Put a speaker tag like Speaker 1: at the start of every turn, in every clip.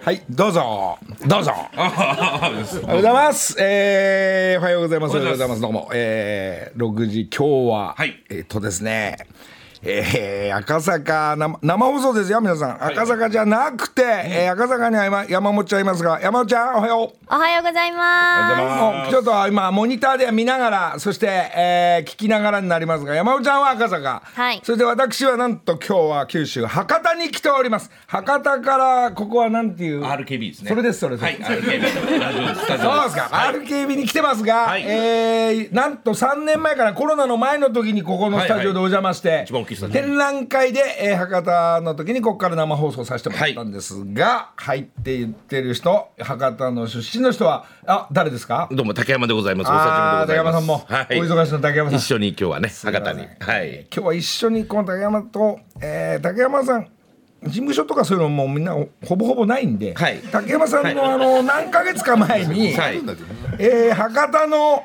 Speaker 1: はい、どうぞ。どうぞ。おはようございます。えー、おはようございます。おはようございます。どうも。えー、6時、今日は、
Speaker 2: はい
Speaker 1: えーっとですね、えー、赤坂生、生放送ですよ、皆さん。赤坂じゃなくて、えー赤坂には今山本ちゃんいますが、山本ちゃん、おはよう。
Speaker 3: おはようございま
Speaker 1: もうちょっと今、モニターでは見ながら、そして、えー聞きながらになりますが、山本ちゃんは赤坂。
Speaker 3: はい
Speaker 1: それで私はなんと今日は九州、博多に来ております。博多から、ここはなんていう。
Speaker 2: RKB ですね。
Speaker 1: それですそれです
Speaker 2: はい、RKB。ラジオです。スタジ
Speaker 1: そ
Speaker 2: オ
Speaker 1: う
Speaker 2: で
Speaker 1: ですすか、RKB に来てますが、
Speaker 2: はい
Speaker 1: えーなんと3年前からコロナの前の時にここのスタジオでお邪魔して、
Speaker 2: 一番大きいスタジオ
Speaker 1: 展覧会で、えー博多の時にここから生放送させてもらったんですが、入って言ってる人博多の出身の人はあ誰ですか
Speaker 2: どうも竹山でございます。お久し
Speaker 1: あー
Speaker 2: ぶ
Speaker 1: 竹
Speaker 2: りでご
Speaker 1: 山
Speaker 2: ざ
Speaker 1: さ
Speaker 2: い
Speaker 1: ん
Speaker 2: ま
Speaker 1: も、
Speaker 2: す。
Speaker 1: お忙しいの竹山さん
Speaker 2: 一緒に今日はね、博多に。はい。
Speaker 1: 今日は一緒にこの竹山と、えー竹山さん事務所とかそういうのもみんなほぼほぼないんで、
Speaker 2: はい
Speaker 1: 竹山さんの、あの何ヶ月か前に、
Speaker 2: はい。
Speaker 1: えー博多の、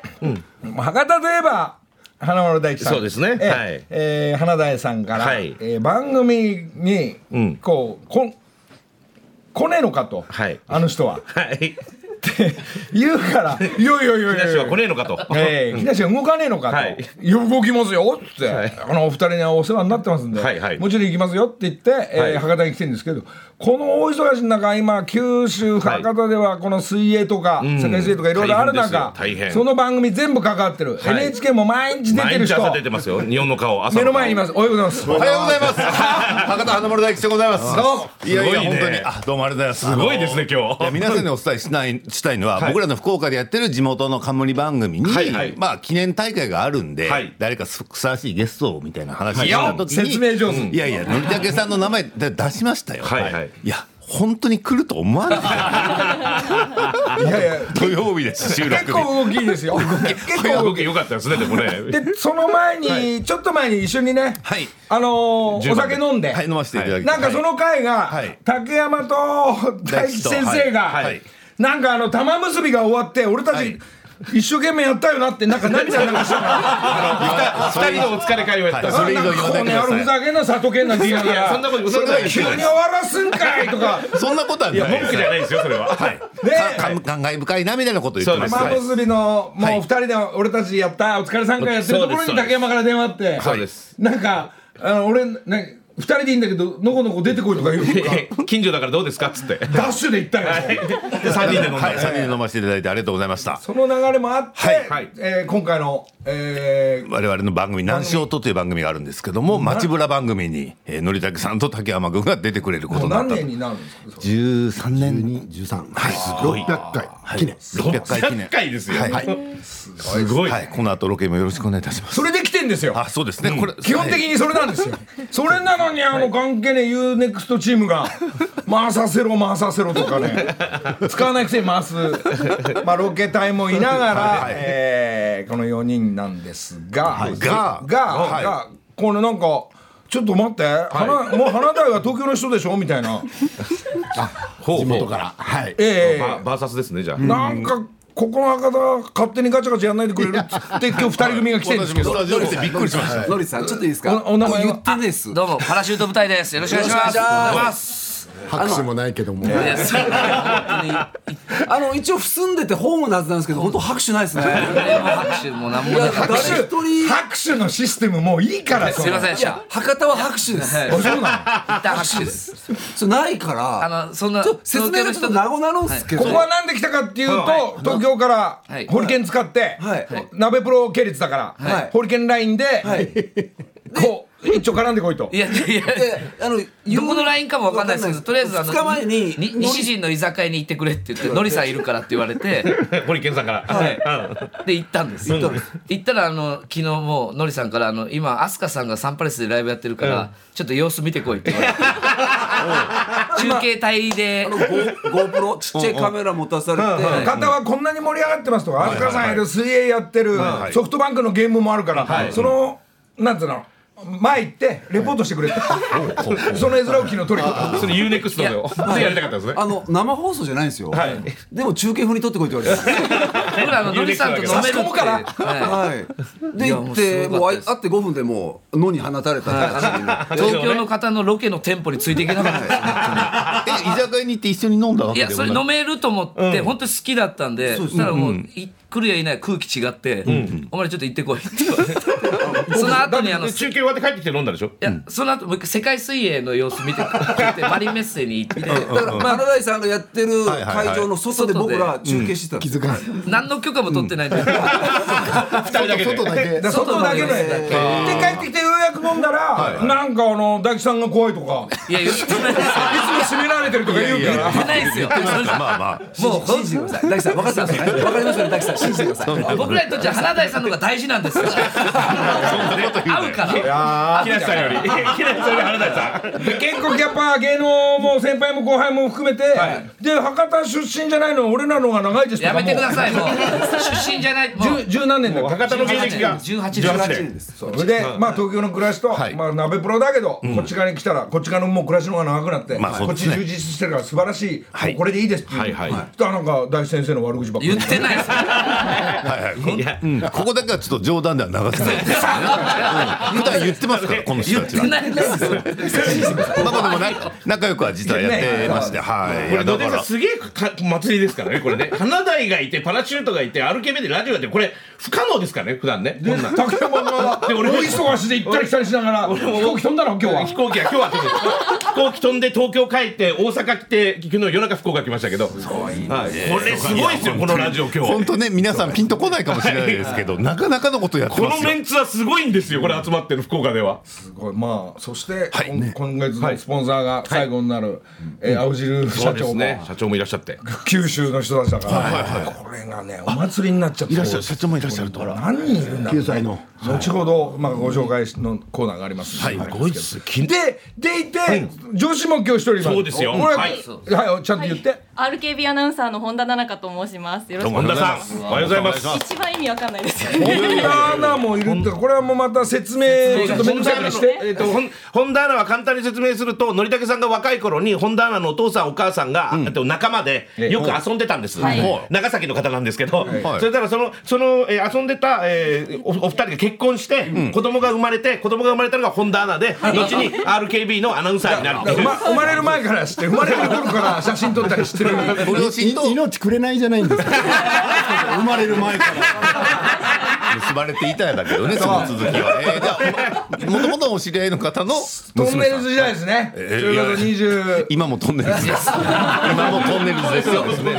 Speaker 1: 博多といえば花丸大地さん
Speaker 2: そうですね
Speaker 1: えー
Speaker 2: はい
Speaker 1: えー花大さんから、
Speaker 2: はい
Speaker 1: えー番組に、
Speaker 2: うん
Speaker 1: こうこん来ねえのかと、
Speaker 2: はい
Speaker 1: あの人はっ
Speaker 2: はい。
Speaker 1: て言うから「いやいやいやいや
Speaker 2: 私は来ねえのかと。
Speaker 1: ええ 木梨が動かねえのかと、
Speaker 2: はいい、
Speaker 1: や動きますよって、
Speaker 2: はい
Speaker 1: あのお二人にはお世話になってますんで、
Speaker 2: はいはい
Speaker 1: もちろん行きますよって言って、えー
Speaker 2: はい
Speaker 1: 博多に来てるんですけどこの大忙しの中今九州
Speaker 2: はい
Speaker 1: 博多ではこの水泳とか、世界水泳とかいろいろある中
Speaker 2: 大変ですよ大変
Speaker 1: その番組全部かかってる、
Speaker 2: はい
Speaker 1: NHK も毎日出て
Speaker 2: 毎
Speaker 1: る
Speaker 2: 日
Speaker 1: 人
Speaker 2: 朝出てますよ。日本の顔、朝
Speaker 1: 目
Speaker 2: の
Speaker 1: の
Speaker 2: 顔。
Speaker 1: 前にいますおはようございます
Speaker 4: おはようござ います。博多華丸大吉でございます。どうも。いやい
Speaker 2: す
Speaker 4: や、
Speaker 2: ごいね
Speaker 4: 本当に。あ、どうもありがとうございます。
Speaker 2: すごいですね
Speaker 4: あの
Speaker 2: 今日
Speaker 4: いや、皆さんにお伝えしない、したいのは、僕らの福岡でやってる地元の冠番組に、
Speaker 2: はいはい
Speaker 4: まあ、記念大会があるんで、
Speaker 2: はい
Speaker 4: 誰かふさわしいゲストをみたいな話をし
Speaker 2: はい
Speaker 4: た
Speaker 2: よ
Speaker 4: 時に、
Speaker 1: 説明上手、
Speaker 4: いやいや、のりたけさんの名前で出しましたよ。
Speaker 2: はいはい
Speaker 4: いや、本当に来ると思わなかっ
Speaker 1: いやいや
Speaker 4: た。土曜日です、収録
Speaker 1: 結
Speaker 4: 日。
Speaker 1: 構動きいいですよ 結構動
Speaker 2: 動
Speaker 1: き
Speaker 2: き良かったですね、でもね。
Speaker 1: でその前に、
Speaker 4: はい
Speaker 1: ちょっと前に一緒にね、
Speaker 4: はい
Speaker 1: あのーお
Speaker 2: 10番
Speaker 1: 酒
Speaker 2: で
Speaker 1: 飲んで、
Speaker 4: はい、飲ませていただき
Speaker 1: なんかその回が、
Speaker 4: はい
Speaker 1: 竹山と大吉先生が、
Speaker 4: はいはい
Speaker 1: なんかあの玉結びが終わって俺たち、
Speaker 4: はい
Speaker 1: 一生懸命やったよなってなんか涙流したか
Speaker 2: 二人二人のお疲れ会をやった。
Speaker 4: は
Speaker 1: ら
Speaker 4: い それ以
Speaker 1: な
Speaker 4: 上
Speaker 1: んか
Speaker 4: 呼ん
Speaker 1: こ
Speaker 4: で
Speaker 1: う
Speaker 4: く
Speaker 1: ね
Speaker 4: だ
Speaker 1: あ
Speaker 4: さ
Speaker 1: れ
Speaker 4: い
Speaker 1: ふざけんなさとけんな って言いなが
Speaker 2: そんな
Speaker 1: ら
Speaker 2: こと、そんなこと言っ
Speaker 1: 急に
Speaker 2: てない
Speaker 1: 終わらすんかいとか
Speaker 4: そんなことはない。
Speaker 2: 文句じゃないですよ、それは。は
Speaker 1: ね
Speaker 2: い。
Speaker 4: かか感慨深いなみたいなこと言ってました
Speaker 2: そう
Speaker 1: 玉
Speaker 2: で
Speaker 1: 結びのもう二人で俺たちやったお疲れさん会やってるところ
Speaker 2: そうですそう
Speaker 1: に
Speaker 2: です
Speaker 1: 竹山から電話あって
Speaker 2: そうです
Speaker 1: なんかあの俺ね二人でいいんだけどのこのこ出てこいとか言うから
Speaker 2: 近所だからどうですかっつって。
Speaker 1: ダッシュで行ったよ、
Speaker 2: で、三人で飲ん
Speaker 4: はい、
Speaker 2: だ。
Speaker 4: 3人で飲ませていただいてありがとうございました。
Speaker 1: その流れもあって、
Speaker 4: はい
Speaker 2: はい
Speaker 1: えー今回の、えー
Speaker 4: 我々の番組「南しと」という番組があるんですけども街ぶら番組に、えー、のりたけさんと竹山君が出てくれること
Speaker 1: もう
Speaker 4: になっ
Speaker 1: 何
Speaker 4: た
Speaker 1: 年になるんですか
Speaker 4: 13年
Speaker 5: 13はい600回記念
Speaker 4: 600回記念
Speaker 2: 600回ですよ
Speaker 4: はい、はい
Speaker 2: すごい。
Speaker 4: はいこの後ロケもよろしくお願いいたし ます
Speaker 1: それで来てんですよ
Speaker 4: あそうですね、これ
Speaker 1: 基本的にそれなんですよ、それなのにあの関係ねえ UNEXT チームが回させろ回させろとかね使わないくせに回す、まあ、ロケ隊もいながら、
Speaker 4: はい
Speaker 1: えーこの4人なんですが、
Speaker 4: い
Speaker 1: が
Speaker 4: が
Speaker 1: が、
Speaker 4: はい
Speaker 1: がこれなんかちょっと待って、花もう花大は東京の人でしょみたいな
Speaker 2: ほうほう
Speaker 5: 地元からはい
Speaker 1: ええ
Speaker 2: ババーサスですね、じゃあ。
Speaker 1: なんかここの博多勝手にガチャガチャやんないでくれるっつって今日2人組が来てるんですけど
Speaker 4: スタジオでびっくりしました
Speaker 5: ノリさんちょっといいですか
Speaker 1: おお名前は
Speaker 5: 言ってないです
Speaker 6: どうも、パラシュート部隊です。よろしくお願いします。
Speaker 5: よろしくお願いし
Speaker 6: ます。
Speaker 5: 拍手もないけども
Speaker 6: いやす本当にあの一応住んでてホームのはずなんですけど本当拍手ないですね。拍手もなんもない。
Speaker 1: 拍
Speaker 6: 誰一人
Speaker 1: 手拍手のシステムもういいから
Speaker 6: すいません
Speaker 1: ん
Speaker 6: でした。博多は拍手です。
Speaker 1: そうなの
Speaker 6: 一旦拍手です。
Speaker 5: それないから
Speaker 6: あのそんな
Speaker 5: ちょっと説明がちょっとなごなるんすけど
Speaker 1: ここはなんで来たかっていうと、東京から
Speaker 6: はい
Speaker 1: ホリケン使って、
Speaker 5: はい
Speaker 1: 鍋プロ系列だから、
Speaker 5: はい
Speaker 1: ホリケンラインで、
Speaker 5: はい
Speaker 1: こう一丁絡んでこいと
Speaker 6: い。やいやいや。
Speaker 5: であの
Speaker 6: どこのラインかもわかんないですけど、とりあえずあの
Speaker 5: 2日前に
Speaker 6: に
Speaker 5: のり
Speaker 6: 西陣の居酒屋に行ってくれって言って、のりさんいるからって言われて、
Speaker 2: 堀健さんから。
Speaker 6: はい、で行ったんですよ行ったらあの昨日もうのりさんからあの今飛鳥さんがサンパレスでライブやってるから、ちょっと様子見てこいって言われて中継隊で
Speaker 5: ゴ GoPro ちっちゃいカメラ持たされて
Speaker 1: 方はこんなに盛り上がってますとか、飛鳥さんやる水泳やってる、ソフトバンクのゲームもあるから、その、なんつうの、前行ってレポートしてくれってその絵面を昨日取りに行った
Speaker 2: それ UNEXT なのよ。でやりたかったんですね。
Speaker 5: あの生放送じゃないんですよ、
Speaker 1: はい
Speaker 5: でも中継風に撮ってこいって言われて
Speaker 6: 僕らあのノリさんと飲めるって
Speaker 1: 差し込むから
Speaker 6: は
Speaker 5: はい、
Speaker 6: い
Speaker 5: で
Speaker 6: や
Speaker 5: 行
Speaker 6: も
Speaker 5: っ
Speaker 6: う
Speaker 5: て
Speaker 6: すご
Speaker 5: もう
Speaker 6: か
Speaker 5: あ会っ
Speaker 6: ったです
Speaker 5: て5分でもう野に放たれたって感じで
Speaker 6: い東京の方のロケのテンポについていけなかったです本当に
Speaker 4: え居酒屋に行って一緒に飲んだわ
Speaker 6: い
Speaker 4: け
Speaker 6: や
Speaker 4: で
Speaker 6: そ
Speaker 4: も
Speaker 6: れ
Speaker 4: な
Speaker 6: 飲めると思って、本当に好きだったんでそしたらもう、い来るやいない空気違って、お前らちょっと行ってこいって言われてその後にあの
Speaker 2: で
Speaker 6: い
Speaker 2: 中継終わって帰ってきて飲んだでしょ。
Speaker 6: やその後もう一回世界水泳の様子見て聞いてマリンメッセに行って
Speaker 5: だからまあ原田さんがやってる会場の外で僕ら中継してたんですよ、
Speaker 6: 何の許可も取ってないんで、
Speaker 2: 二人だけで。
Speaker 1: だから外だけの絵でで帰ってきてようやく飲んだらなんかあの大吉さんが怖いとか
Speaker 6: いや言ってないですよ
Speaker 1: いつも締められてるとか言うから
Speaker 6: 言ってないですよ
Speaker 4: まあまあ
Speaker 6: も
Speaker 5: 信
Speaker 6: う
Speaker 5: じてください大吉さん分かってますよね分かりますよね大吉さん信じてください
Speaker 6: 僕らにとっては花大さんの方が大事なんですよ会うから
Speaker 2: 木梨さんより。木梨さんより原田さん。
Speaker 1: で結構やっぱ芸能も先輩も後輩も含めて、で博多出身じゃないの俺らの方が長いですと
Speaker 6: や
Speaker 1: かも
Speaker 6: めてくださいもう出身じゃないもう
Speaker 1: 十十何年だよ
Speaker 2: 博多の芸歴が
Speaker 6: 18
Speaker 2: 18
Speaker 6: 年
Speaker 2: 年。
Speaker 1: そうそれで、まあ、東京の暮らしと、
Speaker 4: い
Speaker 1: まあ、鍋プロだけど、こっち側に来たらこっち側のもう暮らしの方が長くなって、
Speaker 4: まあそう
Speaker 1: こっ
Speaker 4: で
Speaker 1: ち
Speaker 4: すね
Speaker 1: 充実してるから素晴らしい、
Speaker 4: はい
Speaker 1: もうこれでいいですっていう、
Speaker 2: はいはい
Speaker 1: そしたらなんか大地先生の悪口ばっかり
Speaker 6: 言ってないですよ
Speaker 4: はいはいうんここだけはちょっと冗談では流せないですね、うん普段言ってますからこの人
Speaker 6: 言
Speaker 4: た
Speaker 6: っ
Speaker 4: ち
Speaker 6: て
Speaker 4: は
Speaker 6: ないですよ
Speaker 4: まあまあでもな仲良くは実はやってましてはい
Speaker 2: こ
Speaker 4: い
Speaker 2: れ
Speaker 4: や
Speaker 2: ど
Speaker 4: だ
Speaker 2: うで
Speaker 4: か
Speaker 2: も
Speaker 4: ら
Speaker 2: すげえか祭りですからねこれね花台がいてパラシュートがいて歩け目でラジオがいてこれ不可能ですからね普段ねこんなん
Speaker 1: 竹山が大
Speaker 2: で俺
Speaker 1: 忙しで行ったり来たりしながら飛行機飛んだの今日は
Speaker 2: 飛行機は今日は飛ぶ飛行機飛んで東京帰って大阪来て昨日夜中福岡来ましたけどはいこれすごいですよこのラジオ今
Speaker 4: 本
Speaker 2: 日
Speaker 4: 当ね皆さんピンとこないかもしれないですけどなかなかのことやって
Speaker 2: こ
Speaker 4: ま
Speaker 2: の
Speaker 4: すよ
Speaker 2: メンツはすごいんですよこれ集まってる福岡では
Speaker 1: すごいまあそして、
Speaker 4: はい
Speaker 1: 今
Speaker 4: ね
Speaker 1: 今月のスポンサーが最後になる、えー青汁社長も、
Speaker 2: 社長もいらっしゃって
Speaker 1: 九州の人たちだから、これがねお祭りになっちゃってい
Speaker 4: らっしゃる社長もいらっしゃると
Speaker 1: 何人いるんだろう
Speaker 3: 歳の
Speaker 1: 後ほど、まあ、ご紹介のコーナーがあります
Speaker 4: はい
Speaker 1: で
Speaker 4: ごいっすき
Speaker 1: でいて、女子も今日一人います
Speaker 2: そうですよ
Speaker 1: これは
Speaker 2: はいい、
Speaker 1: はい、ちゃんと言って、
Speaker 7: RKB アナウンサーの本田奈々香と申します。よろしくお
Speaker 2: 本
Speaker 7: 願い
Speaker 2: 田
Speaker 7: し
Speaker 2: さんおはようございます
Speaker 7: ます。一番意味わかんないですよ
Speaker 1: 本
Speaker 7: ね。
Speaker 1: 田アナもいるってこれはもうまた説明ちょっと面倒くさいからして
Speaker 2: えっと、ほん本田アナは簡単に説明すると、のりたけさんが若い頃に、本田アナのお父さん、お母さんが、えっと仲間でよく遊んでたんです、
Speaker 7: は
Speaker 2: は
Speaker 7: い
Speaker 2: い長崎の方なんですけど、
Speaker 4: はい
Speaker 2: それからそのその、えー遊んでた、えーおお二人が結婚して、子供が生まれて、子供が生まれたのが本田アナで、後に RKB のアナウンサーになるっていう
Speaker 1: 生ま生まれる前からして生まれる頃から写真撮ったりして る
Speaker 4: ご両親と
Speaker 3: 命くれないじゃないんですか生まれる前から
Speaker 4: 結ばれていたやだけどねその続きはえーじゃあもともとお知り合いの方の
Speaker 1: トンネ
Speaker 4: 娘さ
Speaker 1: ル
Speaker 4: ん
Speaker 1: ズ時代ですね、
Speaker 4: え
Speaker 1: え
Speaker 4: ー
Speaker 1: ー、ということで20
Speaker 4: 今もトンネルズです今もトンネルズですそうですね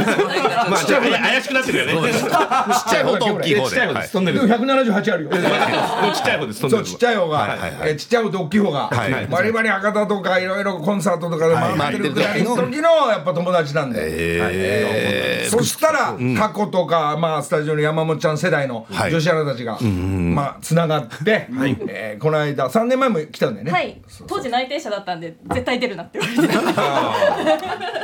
Speaker 2: まあ、ちょっと怪しくなってるよね。ちっ
Speaker 4: ちっちゃい方と大きい方
Speaker 2: ち
Speaker 4: で
Speaker 2: ゃい方
Speaker 4: は
Speaker 2: で
Speaker 4: い
Speaker 2: す、飛んで
Speaker 1: で
Speaker 2: る
Speaker 1: も。178あるよ
Speaker 2: ちっちゃい方です、飛
Speaker 1: そ
Speaker 2: んで
Speaker 1: う
Speaker 2: る。
Speaker 1: ちっちゃい方が、
Speaker 4: はいはい
Speaker 1: えーちっちゃい方と大きい方が、
Speaker 4: はい
Speaker 1: バリバリ博多とかいろいろコンサートとかで
Speaker 4: はい
Speaker 1: 回ってるくらいの
Speaker 4: 回ってる
Speaker 1: 時のやっぱ友達なんで、
Speaker 4: え
Speaker 1: そしたら、過去とか、まあ、スタジオの山本ちゃん世代の
Speaker 4: はい
Speaker 1: 女子アナたちが、まあ、つながって、えーこの間、3年前も来たんだよね。
Speaker 7: はい。当時内定者だったんで、絶対出るなって言われて。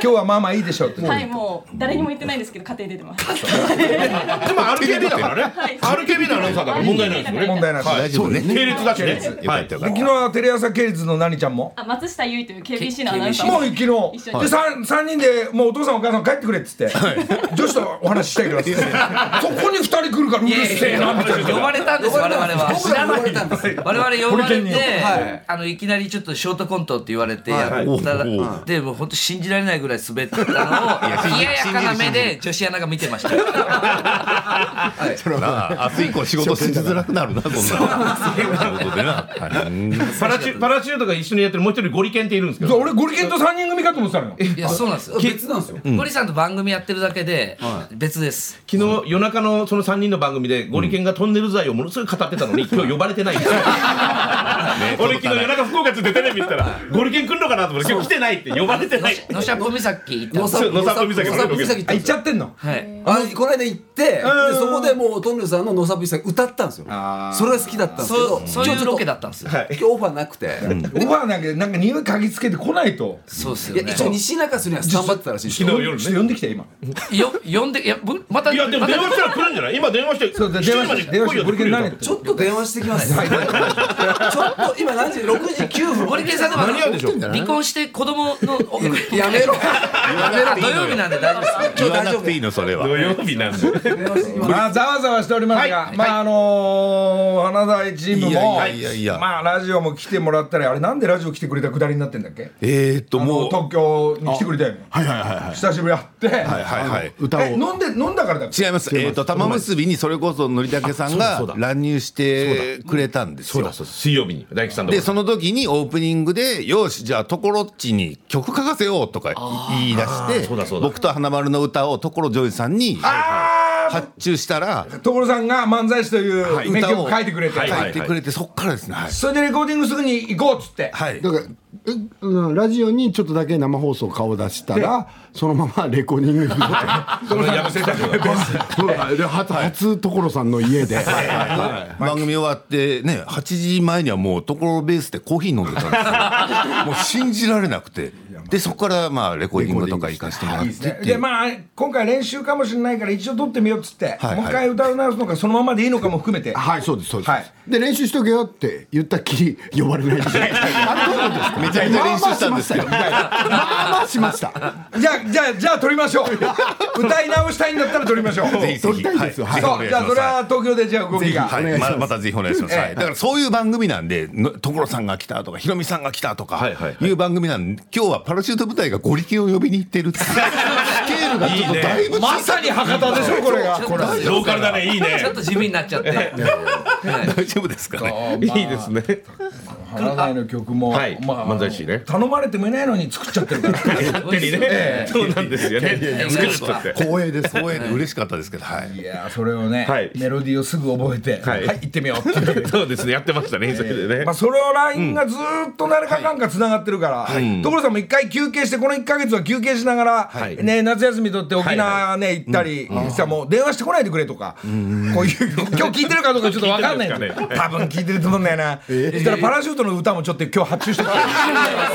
Speaker 1: 今日はまあまあいいでしょうって。
Speaker 7: はい、もう誰にも言ってないんですけど、家庭出てます。
Speaker 2: でも RKB だからね。RKB のアナウンサーだから問題ないですよね。
Speaker 1: 問題なし。
Speaker 4: ー大丈夫ね
Speaker 2: 系列だしね。
Speaker 4: よかったよか
Speaker 1: で昨
Speaker 4: っ
Speaker 1: 日はテレ朝系列の何ちゃんも。
Speaker 7: あ、松下優衣という KBC のアナウンサー
Speaker 1: も
Speaker 7: も
Speaker 1: う。昨日
Speaker 7: 一緒に
Speaker 1: で 3, 三人でもうお父さんお母さん帰ってくれっつって、女子とお話ししたいからっつってそこに2人来るからうるせえなみたいな
Speaker 6: 呼ばれたんです我々は知らない我々呼ばれて、
Speaker 5: はい
Speaker 6: あのいきなりちょっとショートコントって言われてや
Speaker 4: い
Speaker 6: ったら、
Speaker 4: おうおう
Speaker 6: でもう本当信じられないぐらい滑ってたのを冷ややかな目で女子アナが見てました
Speaker 4: たなあ明日以降仕事しづらくなるなそんな仕事でなはいうん
Speaker 2: パラチュパラシュートが一緒にやってるもう一人ゴリケンっているんですけ
Speaker 1: そう
Speaker 2: ど
Speaker 1: 俺ゴリケンと3人組かと思ってたのよ
Speaker 6: いやそうなんですよ
Speaker 5: 別なんですよ、
Speaker 6: 堀さんと番組やってるだけで別です
Speaker 2: 昨日夜中のその3人の番組でゴリケンがトンネル材をものすごい語ってたのに今日呼ばれてないん ですよ俺昨日夜中福岡つってテレビ見たらゴリケン来るのかなと思って今日来てないって呼ばれてない
Speaker 6: 野しゃ岬行ったんです
Speaker 2: そう野サプ岬
Speaker 5: 野サプ岬行った
Speaker 1: あ
Speaker 5: んで
Speaker 1: 行っ
Speaker 5: す
Speaker 1: ち
Speaker 5: よ
Speaker 1: ゃってんの
Speaker 6: はい
Speaker 5: あのこの間行ってでそこでもうトンネルさんの「野サプ岬」歌ったんですよそれが好きだったんですけど
Speaker 6: そうそう
Speaker 5: 今
Speaker 6: い
Speaker 5: 日ちょっ
Speaker 6: う
Speaker 5: と
Speaker 6: ロケだったんですよ、
Speaker 5: 今日オファーなくて
Speaker 1: オファーなんかなんか匂い嗅ぎつけてこないと
Speaker 6: そうです
Speaker 5: い
Speaker 6: よ
Speaker 5: や
Speaker 6: ね
Speaker 5: 一応西中洲にはスタンバってたらしいんですよ
Speaker 2: 昨日夜
Speaker 1: ちょっ
Speaker 2: ね
Speaker 1: と呼んできて今
Speaker 6: よ呼んでいやぶまた
Speaker 2: いやでも
Speaker 6: また
Speaker 2: 電話したら来るんじゃない今電話して
Speaker 1: うで
Speaker 2: 7時まで来
Speaker 1: 電話してゴリケン何やって
Speaker 5: ちょっと電話してきます。ちょっと今何時？六時九分。
Speaker 6: ゴリケンさんでもあの
Speaker 4: 間に合うでしょ
Speaker 6: 離婚して子供のお
Speaker 5: やめろ。
Speaker 6: 土曜日なんで大丈夫ですか
Speaker 4: 言わなくていいのそれは
Speaker 2: 土曜日なんで
Speaker 1: まあざわざわしておりますが、まああのー花大チームも
Speaker 4: いやいやいやいや
Speaker 1: まあラジオも来てもらったりあれなんでラジオ来てくれたくだりになってんだっけ？
Speaker 4: えーっと
Speaker 1: あの
Speaker 4: もう
Speaker 1: 東京に来てくれたよね。
Speaker 3: はいはいはいはい
Speaker 1: 久しぶりやって、
Speaker 4: はいはいはい
Speaker 3: 歌を
Speaker 1: え飲んで飲んだからだっけ？
Speaker 4: 違います。えっ、と玉結びにそれこそのりたけさん
Speaker 2: あそうだそう
Speaker 4: が
Speaker 2: だ
Speaker 4: 乱入してくれたんです
Speaker 2: そう
Speaker 4: よ
Speaker 2: だ。そうだ水曜日に大吉さんと
Speaker 4: でその時にオープニングで「よしじゃあところっちに曲書かせよう」とか言い出
Speaker 2: あーそうだ
Speaker 4: し
Speaker 2: そ
Speaker 4: て
Speaker 2: うだ
Speaker 4: 僕と花丸の歌をところジョイさんに
Speaker 1: あ
Speaker 4: 発注したら
Speaker 1: あ、所さんが漫才師という名曲書いてくれて、
Speaker 2: はい
Speaker 4: 書いてくれてそっからですね。はい
Speaker 1: それでレコーディングすぐに行こうっつって。
Speaker 4: はい
Speaker 3: だからえうんラジオにちょっとだけ生放送顔出したらそのままレコーディングに
Speaker 2: そのやぶせたくない
Speaker 3: そうで初初所さんの家で
Speaker 4: 番組終わってね8時前にはもうところベースでコーヒー飲んでたんですよもう信じられなくてでそこからまあレコーディングとか行かせてもらってっていう
Speaker 1: でまあ今回練習かもしれないから一応撮ってみようっつって、
Speaker 4: はい
Speaker 1: もう一回歌う直すのかそのままでいいのかも含めて
Speaker 3: はいそうですそうです、
Speaker 1: はい
Speaker 3: で練習しとけよって言ったっきり呼ばれないですあれどういうことですか
Speaker 4: めちゃめちゃ練習したんですけど
Speaker 3: まあまあしましたよまあまあしまし
Speaker 1: じゃあじゃあじゃあ撮りましょう歌い直したいんだったら撮りましょう
Speaker 4: ぜひぜひ
Speaker 3: 撮りたいですよ
Speaker 4: はい
Speaker 1: そ
Speaker 4: お願
Speaker 1: う
Speaker 4: い
Speaker 1: じ
Speaker 4: し
Speaker 1: ゃあ
Speaker 4: ます
Speaker 1: それは東京でじゃあ動きが
Speaker 4: は
Speaker 3: お願い
Speaker 4: い、
Speaker 3: しま
Speaker 4: ますまたぜひお願いします、
Speaker 1: ええ
Speaker 4: はい、だからそういう番組なんでの所さんが来たとかヒロミさんが来たとか
Speaker 2: はいはいはい
Speaker 4: いう番組なんで今日はパラシュート部隊がゴリケンを呼びに行ってるっていう スケールがちょっとだいぶ
Speaker 1: まさに博多でしょこれがこれ
Speaker 6: ちょっと
Speaker 2: ローカルだねいいね
Speaker 6: ちょっと地味になっちゃって、はい
Speaker 4: 大丈夫ですかね
Speaker 2: いいですね
Speaker 1: 花大の曲も、
Speaker 2: はい
Speaker 1: まあ、
Speaker 2: 漫才師ね
Speaker 1: 頼まれてもいないのに作っちゃってるから
Speaker 2: 勝手にねそうなんですよね作っちゃって
Speaker 4: 光栄です光栄で嬉しかったですけどはい
Speaker 1: いやーそれをね、
Speaker 2: はい
Speaker 1: メロディーをすぐ覚えては、
Speaker 2: はいい
Speaker 1: 行ってみようって いう
Speaker 2: そうですねやってましたねそれでね
Speaker 1: まあそれを LINE がずーっと誰かかんかつながってるから、所さんも一回休憩してこの1か月は休憩しながら、
Speaker 2: い
Speaker 1: ね、夏休み取って沖縄ね、行ったり、さもう電話してこないでくれとか、こういう今日聞いてるかどうかちょっと分かんないんですよ
Speaker 2: 聞いてるんです
Speaker 1: 多分聞いてると思うんだよな、そしたらパラシュートの歌もちょっと今日発注して もら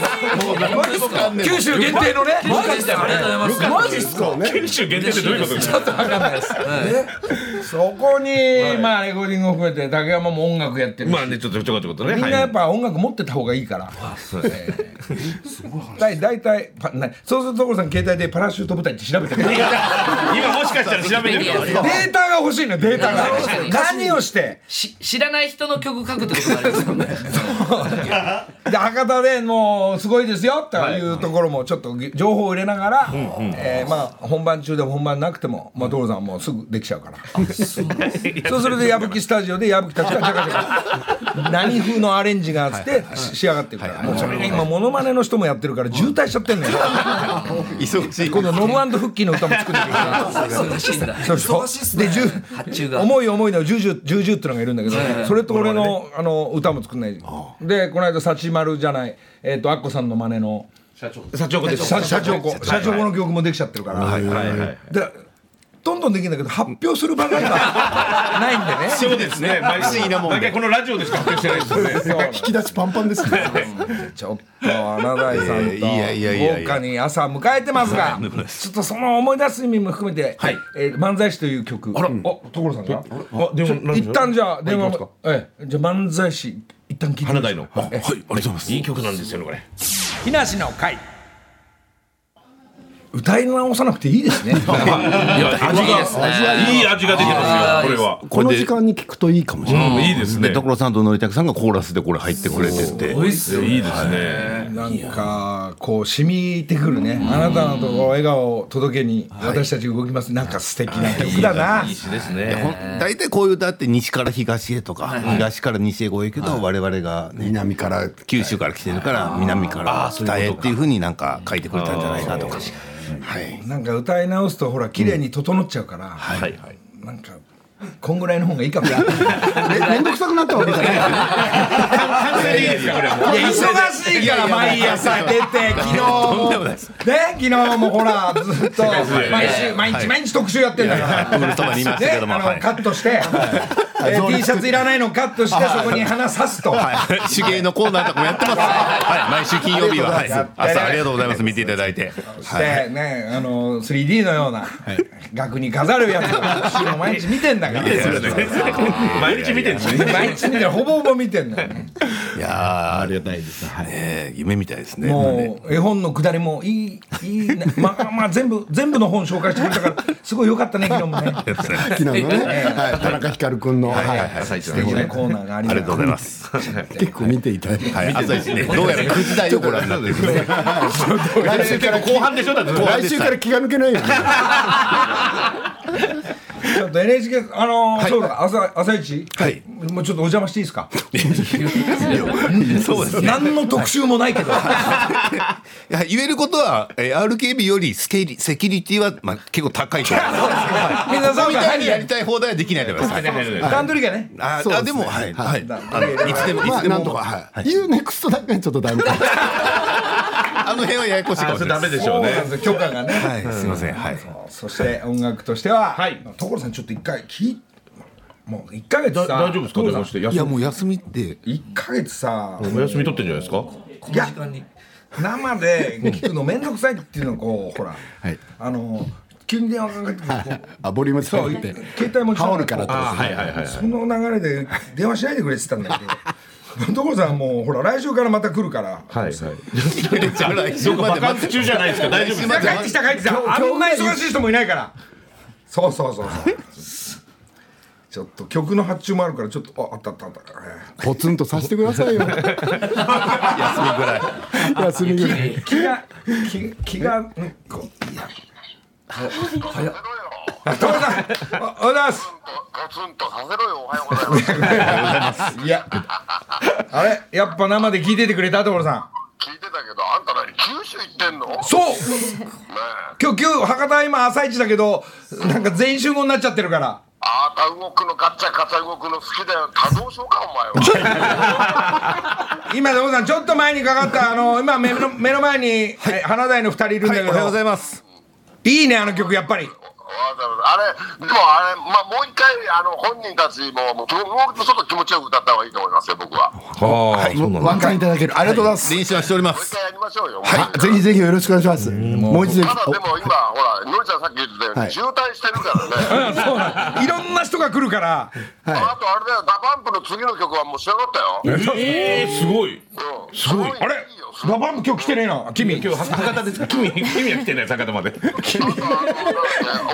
Speaker 1: って九州限定のね
Speaker 6: マジっすかありがとうございます
Speaker 1: マジっすか
Speaker 2: 九州限定ってどういうことです
Speaker 6: ち
Speaker 2: か
Speaker 6: ょっとわかんないです、はい
Speaker 1: そこに、まあレコーディングを含めて竹山も音楽やってるし、
Speaker 2: まあねちょっとちょこちょことね
Speaker 1: みんなやっ
Speaker 2: は
Speaker 1: ぱ音楽持ってた方がいいから。だい大体パなそうすると所さん携帯でパラシュート部隊って調べてる。デ
Speaker 2: い今もしかしたら調べてるかもね
Speaker 1: ータが欲しいのよデータが
Speaker 6: 確か。に
Speaker 1: 何をして
Speaker 6: し知らない人の曲書くってことになりますもんね
Speaker 1: で博多でもうすごいですよっていうところもちょっと情報を入れながら、えーまあ本番中でも本番なくてもまあ所さんもうすぐできちゃうから。そうすると矢吹スタジオで矢吹たちがジャカジャカ何風のアレンジがあってし仕上がってるからもうそれが今モノマネの人もやってるから渋滞しちゃってんのよ
Speaker 4: 忙しい
Speaker 1: 今度ノブアンドフッキーの歌も作ってくるから
Speaker 6: 忙しいんだ
Speaker 1: そうそう
Speaker 5: 忙しいっすね
Speaker 1: でじゅ
Speaker 6: 発注が
Speaker 1: 重い重いのジュジュジュジュってのがいるんだけど、それと俺の,、あの歌も作んないでこの間幸丸じゃないえっ、とアッコさんの真似の
Speaker 2: 社長です
Speaker 1: 社社長子社長子の曲もできちゃってるから、
Speaker 2: はいはい
Speaker 1: でどんどんできるんだけど発表する場が今 ないんでね
Speaker 2: そうですね毎
Speaker 4: 不思議なもんで
Speaker 2: 毎回このラジオでしか発表してないですよ
Speaker 1: そう
Speaker 2: ね
Speaker 3: た引き出しパンパンですね
Speaker 1: ちょっと穴台さんと
Speaker 4: いやいやいやいや
Speaker 1: 豪華に朝迎えてますがちょっとその思い出す意味も含めて「
Speaker 2: はい
Speaker 1: えー漫才師」という曲あ所さんが
Speaker 2: あでも
Speaker 1: 一旦じゃあ電
Speaker 2: は
Speaker 1: 話
Speaker 2: い行きま
Speaker 1: ええじゃあ漫才師一旦聞いてみましょ
Speaker 2: 花
Speaker 1: う
Speaker 2: 大の
Speaker 4: はいありがとうございます
Speaker 2: いい曲なんですよねこれ
Speaker 1: 木梨の会歌い直さなくていい ですね
Speaker 2: いや味がいい味が出てますよこれは
Speaker 3: この時間に聞くといいかもしれない、
Speaker 2: うんいいですね
Speaker 4: で所さんとのりたけさんがコーラスでこれ入ってくれてて
Speaker 6: おいっすよ
Speaker 2: いいですね
Speaker 1: なんかこう染みてくるねあなたのところ笑顔を届けに私たち動きますなんか素敵な曲だない
Speaker 2: い詩です
Speaker 4: いやほ
Speaker 2: ね
Speaker 4: ん大体こういう歌って西から東へとか、東から西へこう行くけど、我々が、ね、
Speaker 3: 南から
Speaker 4: 九州から来てるから南から北へっていうふうになんか書いてくれたんじゃないかとかはい
Speaker 1: なんか歌い直すとほら綺麗に整っちゃうから、
Speaker 2: はいはい
Speaker 1: なんかこんぐらいの方がいいかもしれない
Speaker 3: めめんどくさくなったわけじゃないですよ
Speaker 2: 完 全にいいですよこれはもう
Speaker 1: いや忙しいから毎朝出て昨日も
Speaker 4: でもない
Speaker 1: ね
Speaker 4: です
Speaker 1: 昨日もほらずっと
Speaker 2: 末
Speaker 1: 毎週毎日毎日特集やってんだから。
Speaker 4: ウルトマにいました
Speaker 1: ね、
Speaker 4: け
Speaker 1: あ
Speaker 4: ども、
Speaker 1: の
Speaker 4: はい
Speaker 1: カットして、えー T シャツいらないのカットしてそこに花刺すと、
Speaker 4: はい、手芸のコーナーとかもやってます、はい、毎週金曜日は、はい、朝ありがとうございます見ていただいて、
Speaker 1: し
Speaker 4: はい、
Speaker 1: てねあの 3D のような額に飾るやつを私も毎日見てんだが。
Speaker 2: 毎日見てるんですね。
Speaker 1: 毎日見てるほぼほぼ見てんのよね。
Speaker 4: いやあ
Speaker 2: りがたいです。はい。
Speaker 4: 夢みたいですね。今ね
Speaker 1: もう絵本のくだりもいいいいなまあまあ全部全部の本紹介してくれたからすごい良かったね昨日もね。
Speaker 3: 好きなのね、はい、田中光君の、はい
Speaker 4: 朝一
Speaker 1: 素
Speaker 4: のね
Speaker 1: 敵なコーナーがあり
Speaker 4: あ
Speaker 1: ま
Speaker 4: りが
Speaker 1: す
Speaker 4: とうございます。
Speaker 3: 結構見ていただいて、
Speaker 4: はい、朝一ね、どうやら9時台をご覧になってるんですね。
Speaker 3: 来週から
Speaker 2: 後半でしょだって。
Speaker 3: 来週から気が抜けないよね
Speaker 1: ちょっと NHK あのーそうだ朝朝一
Speaker 4: はい
Speaker 1: もうちょっとお邪魔していいですか。
Speaker 4: そうですね。
Speaker 1: 何の特集もないけど。
Speaker 4: いや言えることは、えー RKB よりスケリセキュリティは、まあ、結構高いと思い ます。
Speaker 1: みんな
Speaker 4: そ
Speaker 1: そうう
Speaker 4: み
Speaker 1: か
Speaker 4: たいにやりたい放題はできないと思います。はい
Speaker 1: 段取りがね。
Speaker 4: あ
Speaker 3: そう
Speaker 4: あ
Speaker 3: です
Speaker 4: で
Speaker 3: ね
Speaker 4: も、はい、
Speaker 3: は
Speaker 4: はいい、あのいつでも、い
Speaker 3: ま
Speaker 4: つ
Speaker 3: あ
Speaker 4: で
Speaker 3: なん
Speaker 4: も、
Speaker 3: とか、
Speaker 4: は
Speaker 3: はい、
Speaker 4: い
Speaker 3: UNEXT だけはちょっとダメだ
Speaker 4: あの辺はややこしいかもし
Speaker 2: そ
Speaker 4: れ
Speaker 2: れ
Speaker 4: な
Speaker 2: ダ
Speaker 4: い
Speaker 2: メ
Speaker 4: です。
Speaker 2: でしょ
Speaker 1: そうなん
Speaker 2: うね。
Speaker 1: ですよ許可がね。
Speaker 4: はい、すみません、はい。
Speaker 1: そして音楽としては、
Speaker 2: はい
Speaker 1: 所さんちょっと一回聞いもう一ヶ月
Speaker 2: だ
Speaker 1: さ
Speaker 2: 大丈夫ですか
Speaker 1: 所
Speaker 2: 電
Speaker 1: さん
Speaker 2: 話して。
Speaker 4: い
Speaker 2: 休
Speaker 4: や、
Speaker 2: み
Speaker 4: もう休みって、
Speaker 1: 一ヶ月さ、
Speaker 2: お休み取ってんじゃないですか。
Speaker 6: この時間に
Speaker 1: 生で聞くの面倒くさいっていうのをこうほら、
Speaker 3: はい
Speaker 1: あの急に電話かかってくるこう
Speaker 3: あボリュームつけ
Speaker 1: そう
Speaker 3: て
Speaker 1: 携帯持ちなが
Speaker 3: 羽織るからって
Speaker 1: こう
Speaker 2: あはいはいはい。
Speaker 1: その流れで電話しないでくれって言ったんだけど所さんはもうほら来週からまた来るから
Speaker 2: はいはい。
Speaker 4: じゃあ 来週
Speaker 2: どこ
Speaker 4: ま
Speaker 2: バ
Speaker 4: で
Speaker 2: カ
Speaker 4: 待
Speaker 2: ン
Speaker 4: って
Speaker 2: ス中じゃないですか。大丈夫ですか。
Speaker 1: 帰ってきた帰ってきたあんな忙しい人もいないからそうそうそうそうちょっと曲の発注もあるからちょっとああったあったあった
Speaker 3: ポツンとさせてくださいよ
Speaker 4: 休みぐらい。
Speaker 3: 休みぐらい
Speaker 1: 気が気気がうんこういや
Speaker 6: 早っ
Speaker 1: あ所さんあおはようございます
Speaker 8: ガツンとさせろよ、おはようございます。
Speaker 1: いや、あれ、やっぱ生で聞いててくれた所さ
Speaker 8: 聞いてたけど、あんた何、九州行ってんのね
Speaker 1: ん。そう、
Speaker 8: え。
Speaker 1: 今日、今日博多今朝一だけど、なんか全員集合になっちゃってるから。
Speaker 8: あーた動くの、ガッチャガチャ動くの好きだよ。多動症か、お前は。
Speaker 1: 今、所さん、ちょっと前にかかった、あの、今、目の、目の前に、え花大の二人いるんだ
Speaker 4: は
Speaker 1: け
Speaker 4: い、
Speaker 1: ど。
Speaker 4: おはようございます。
Speaker 1: いいね、あの曲、やっぱり。
Speaker 8: わざわざあれ、でもあれ、まあ、もう一回、あの、本人たちも、もう、もうちょっと気持ちよく歌った方がいいと思いますよ、僕は。もう
Speaker 2: はい。そうなんだ。
Speaker 3: ワンカンいただけるありがとうございます、
Speaker 4: 練習はしておりま
Speaker 8: 一
Speaker 4: す。
Speaker 8: 回やりましょうよ。
Speaker 3: はい、ぜひぜひよろしくお願いしますもう一度
Speaker 8: ただ、でも今、ほら、のりちゃんさっき言ってたように、
Speaker 3: はい
Speaker 8: 渋滞してるからね。
Speaker 1: そうなのいろんな人が来るから。
Speaker 8: あと、あれだよ、ダパンプの次の曲はもう仕上がったよ。
Speaker 2: ええすごい。
Speaker 8: うんすごい。
Speaker 1: あれ
Speaker 8: いいよ、
Speaker 1: ラバン今日来てねえな。君。
Speaker 2: 今日博多ですか。君君は来てない博多まで。
Speaker 8: なんかあのなんかね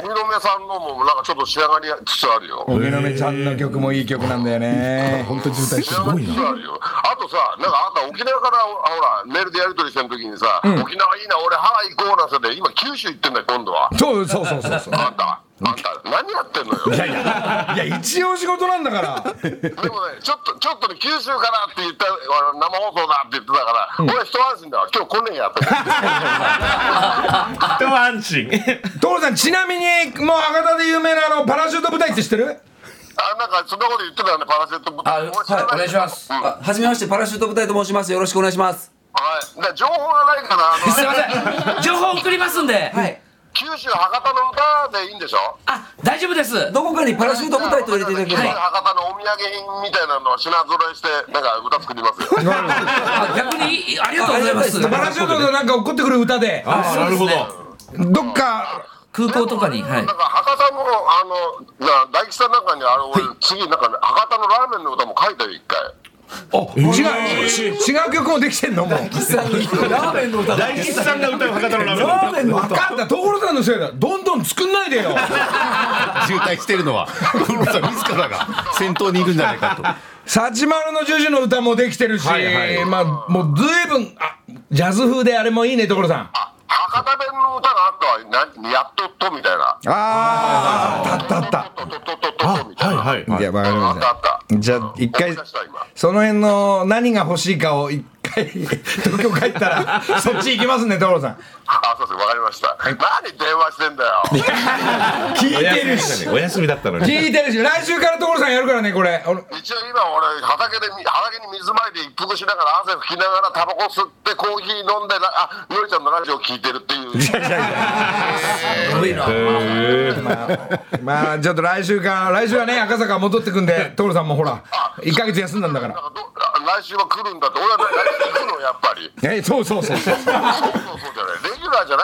Speaker 8: お披露目さんのもなんかちょっと仕上がりつつある よ。
Speaker 1: 荻野目ちゃんの曲もいい曲なんだよね。
Speaker 3: 本当に渋滞して
Speaker 8: 仕上がりつつあるよ。あとさ、なんかあんた沖縄からほらメールでやり取りしてる時にさ、沖縄いいな、俺ハワイ行こうなんて言って今九州行ってんだよ今度は。
Speaker 1: そうそうそうそうそう。
Speaker 8: あんた、あんた何やってんのよ。
Speaker 1: いや、一応仕事なんだから。
Speaker 8: でもね、ちょっとちょっとね九州からって言ったあの生放送だって言ってたから、俺一安心だわ。今日来ね えやって。
Speaker 2: 一安心。
Speaker 1: 所さん、ちなみに、もう博多で有名なあの、パラシュート部隊って知ってる
Speaker 8: あなんかそんなこと言ってたよねパラセットボ
Speaker 6: あ
Speaker 8: タ
Speaker 6: はい
Speaker 8: ン。
Speaker 6: お願いします
Speaker 8: うんはい。
Speaker 5: はじめまして、パラシュート部隊と申します。よろしくお願いします。
Speaker 8: だから情報がないからあ の
Speaker 6: すいません情報送りますんで
Speaker 5: はい。
Speaker 8: 九州博多の歌でいいんでしょ。
Speaker 6: あ大丈夫です
Speaker 5: どこかにパラシュート部隊と入れていただければ。
Speaker 8: 博多のお土産品みたいなのを品揃えしてなんか歌作ります よ
Speaker 6: あ逆にいありがとうございます
Speaker 5: あり
Speaker 1: パ
Speaker 5: が
Speaker 1: ラシュートでなんか怒ってくる歌で、
Speaker 2: あなるほど。
Speaker 1: どっか、
Speaker 6: 空港とかにはい
Speaker 8: なんか博多のあのな大吉さんなんかにあの俺次なんかね博多のラーメンの歌も書いたよ一回
Speaker 1: 違う、違う曲もできてんのもう。
Speaker 5: ラーメンの歌だ。
Speaker 2: 大吉さんが歌う博多のラーメン。
Speaker 5: ラーメンの
Speaker 1: 分
Speaker 5: 歌。
Speaker 1: かった、所さんのせいだ。どんどん作んないでよ。
Speaker 4: 渋滞してるのは、ウルさん自らが先頭にいるんじゃないかと。
Speaker 1: サチマルのジュジュの歌もできてるし、
Speaker 2: はいはい
Speaker 1: まあ、もうずいぶん、あ、ジャズ風であれもいいね、所さん。あ
Speaker 8: 博多弁の歌があったわなやっとっとみたいな
Speaker 1: あー、あったあったあっ
Speaker 8: とっとっとっとっとっとみたいな
Speaker 2: はい
Speaker 1: た。いや、わかり
Speaker 8: あ
Speaker 1: ま
Speaker 8: っ
Speaker 1: した
Speaker 8: あ
Speaker 1: た。
Speaker 8: った
Speaker 1: じゃあ、一
Speaker 8: 思
Speaker 1: 回
Speaker 8: い出した今、
Speaker 1: その辺の何が欲しいかを一 回、東京帰ったら、そっち行きますね、所さん。
Speaker 8: あそうですわかりました何電話してんだよ
Speaker 1: 聞いてるし。
Speaker 2: お休みだったのに。
Speaker 1: 聞いてるし、来週から所さんやるからね、これ。俺
Speaker 8: 一応今俺畑でみ畑に水まいて一服しながら汗拭きながらタバコ吸ってコーヒー飲んでなあのりちゃんのラジオ聞いてるっ ていう
Speaker 1: まあちょっと来週か来週はね赤坂戻ってくんで徹さんもほら1か月休んだんだか
Speaker 8: なん
Speaker 1: ら
Speaker 8: かどあ来週は来るんだって、俺は来週来るの、やっぱり。
Speaker 1: えそうそうそうそう
Speaker 8: そうそうそう じゃない、レギュラーじゃ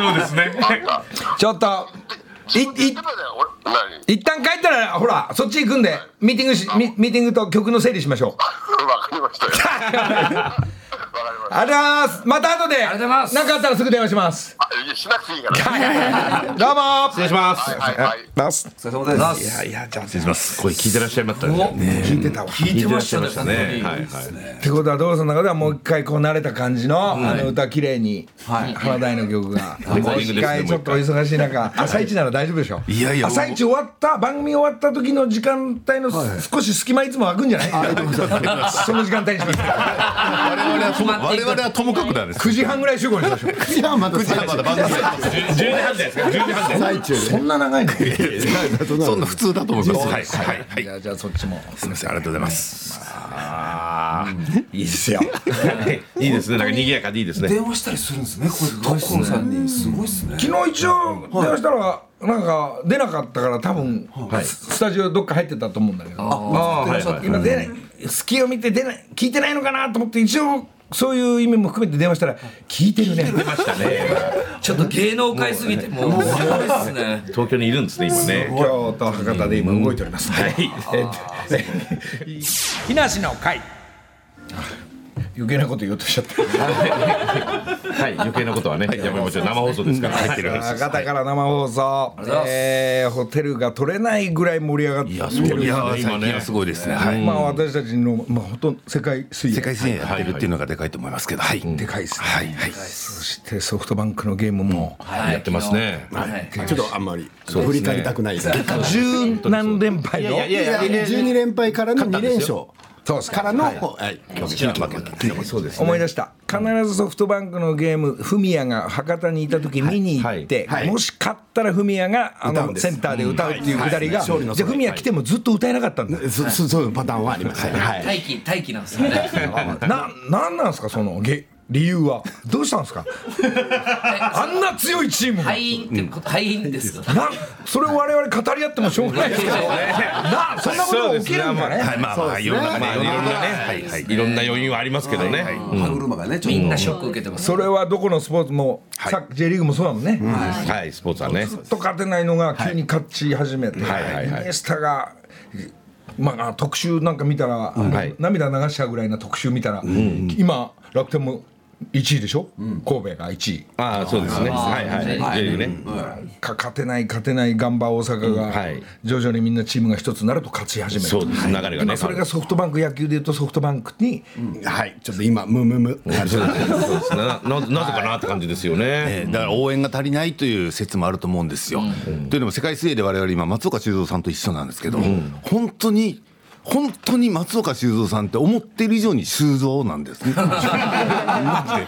Speaker 8: ないんだよ。
Speaker 2: そうですね。
Speaker 8: あんた
Speaker 1: ちょっと
Speaker 8: 自分で言ってたじゃん、俺、何
Speaker 1: 一旦帰ったらほらそっち行くんでミーティングしミミーティングと曲の整理しましょう
Speaker 8: わかりましたよ。 わかりました。
Speaker 1: ありがとうございますまた後で
Speaker 6: ありがとうございます
Speaker 1: 何かあったらすぐ電話します
Speaker 8: あいやしなくていい から。
Speaker 1: どうも失
Speaker 2: 礼します。
Speaker 8: はいはい。
Speaker 1: ます
Speaker 5: お疲れ様です
Speaker 1: いやいやじゃあ
Speaker 2: 失礼します。声聞いてらっしゃいましたね。
Speaker 1: 聞いてたわ
Speaker 6: 聞いてましたね
Speaker 2: 聞いてらっしゃいましたね。はいはい。
Speaker 1: ってことはドロさんの中ではもう一回こう慣れた感じの,、あの歌綺麗に、
Speaker 5: はい
Speaker 1: 花大の曲が
Speaker 2: コーディング
Speaker 1: もう
Speaker 2: です
Speaker 1: 一
Speaker 2: ね
Speaker 1: 回ちょっとお忙しい中朝一なら大丈夫でしょ
Speaker 4: いやいや
Speaker 1: 朝一終わった番組終わった時の時間帯の少し隙間いつも空くんじゃない、その時間帯にします
Speaker 4: 我々はとも
Speaker 6: 決まって
Speaker 4: 我
Speaker 6: いく
Speaker 4: 々はともかくなんです
Speaker 1: 9時半ぐらい集合にしましょう
Speaker 3: じゃあまた
Speaker 4: 9時半まだ番組やってます
Speaker 2: 十時半じゃないですか。十時半で。
Speaker 3: 最中
Speaker 1: そんな長いの
Speaker 4: そんな普通だと思いますはいはいはい
Speaker 1: じゃあじゃあそっちも
Speaker 4: すみませんありがとうございます
Speaker 1: いいですよ
Speaker 2: いいですね。なんか賑やかでいいですね。
Speaker 5: 電話したりするんですねこれ所さんにすごいっすね
Speaker 1: 昨日一応電話したらなんか出なかったから多分ススタジオどっか入ってたと思うんだけど
Speaker 2: ああはいはい。
Speaker 1: 今出ない隙を見て出ない聞いてないのかなと思って一応そういう意味も含めて電話したら聞いてるね
Speaker 6: ちょっと芸能界すぎてもうすごいっすね
Speaker 2: 東京にいるんですね今ね。
Speaker 1: 京都博多で今動いております、
Speaker 2: はい。
Speaker 1: 木梨の会余計なこと言おうとしちゃった
Speaker 2: はい余計なことはね。やっぱりもちろん生放送ですから入ってるわけです。
Speaker 1: 博多から生放送、えーホテルが取れないぐらい盛り上がって
Speaker 4: いやそういや最近はすごいですねはい
Speaker 1: まあ私たちの、まあ、ほとんど世界水泳
Speaker 4: 世界水泳やってるっていうのがでかいと思いますけどはい
Speaker 1: でかいですね、
Speaker 4: はいはい
Speaker 1: そしてソフトバンクのゲームも
Speaker 6: や
Speaker 2: やってますね。
Speaker 6: はい
Speaker 3: ちょっとあんまり振り返りたくないですね
Speaker 1: 十何連敗の
Speaker 2: いやいやいや
Speaker 3: 12連敗からの2連勝
Speaker 1: そうです
Speaker 3: からのはい
Speaker 1: そうです、思い出した必ずソフトバンクのゲームフミヤが博多にいた時見に行って、
Speaker 3: はいはい
Speaker 1: もし勝ったらフミヤがあ
Speaker 3: 歌うん
Speaker 1: の
Speaker 3: です
Speaker 1: センターで歌うっていうくだりが、
Speaker 3: はいはい勝利の
Speaker 1: じゃあ
Speaker 3: それ
Speaker 1: フミヤ来てもずっと歌えなかったんだ、
Speaker 3: そそそういうパターンはありましたねはい
Speaker 6: 待機待機なんですよね
Speaker 1: ななんなんですかそのげ理由はどうしたんで すかあんな強いチームが、
Speaker 6: 敗因ってこと敗因ですか
Speaker 1: なそれを我々語り合ってもしょうがないですけどなそんなことが起きるんだね
Speaker 4: はいまあまあ世の中ねいろんなねはいはい
Speaker 2: いろんな余韻はありますけどね。は
Speaker 5: 歯車がねちょっ
Speaker 6: み
Speaker 5: と
Speaker 6: んなショック受けてます
Speaker 1: それはどこのスポーツも、さっき J リーグもそうだもんね、
Speaker 2: いスポーツはね。
Speaker 1: ずっと勝てないのが急に勝ち始めて、イ
Speaker 2: はいはいはい
Speaker 1: ニエスタが、まあ、特集なんか見たら、あの涙流しちゃうぐらいな特集見たら、今、楽天も1位でしょ、神戸が1位。
Speaker 2: ああそうですね。はいはい。J リーグね。
Speaker 1: か勝てない勝てないガンバ大阪が、
Speaker 2: うんはい
Speaker 1: 徐々にみんなチームが一つになると勝ち始める
Speaker 2: そうです流れがね
Speaker 1: 今それがソフトバンク野球でいうとソフトバンクに
Speaker 3: はいちょっと今ムムム
Speaker 2: そうですね。なななぜかなって感じですよね。
Speaker 4: えーだから応援が足りないという説もあると思うんですよ。というのも世界水泳で我々今松岡修造さんと一緒なんですけど、本当に本当に松岡修造さんって思ってる以上に修造なんで すね。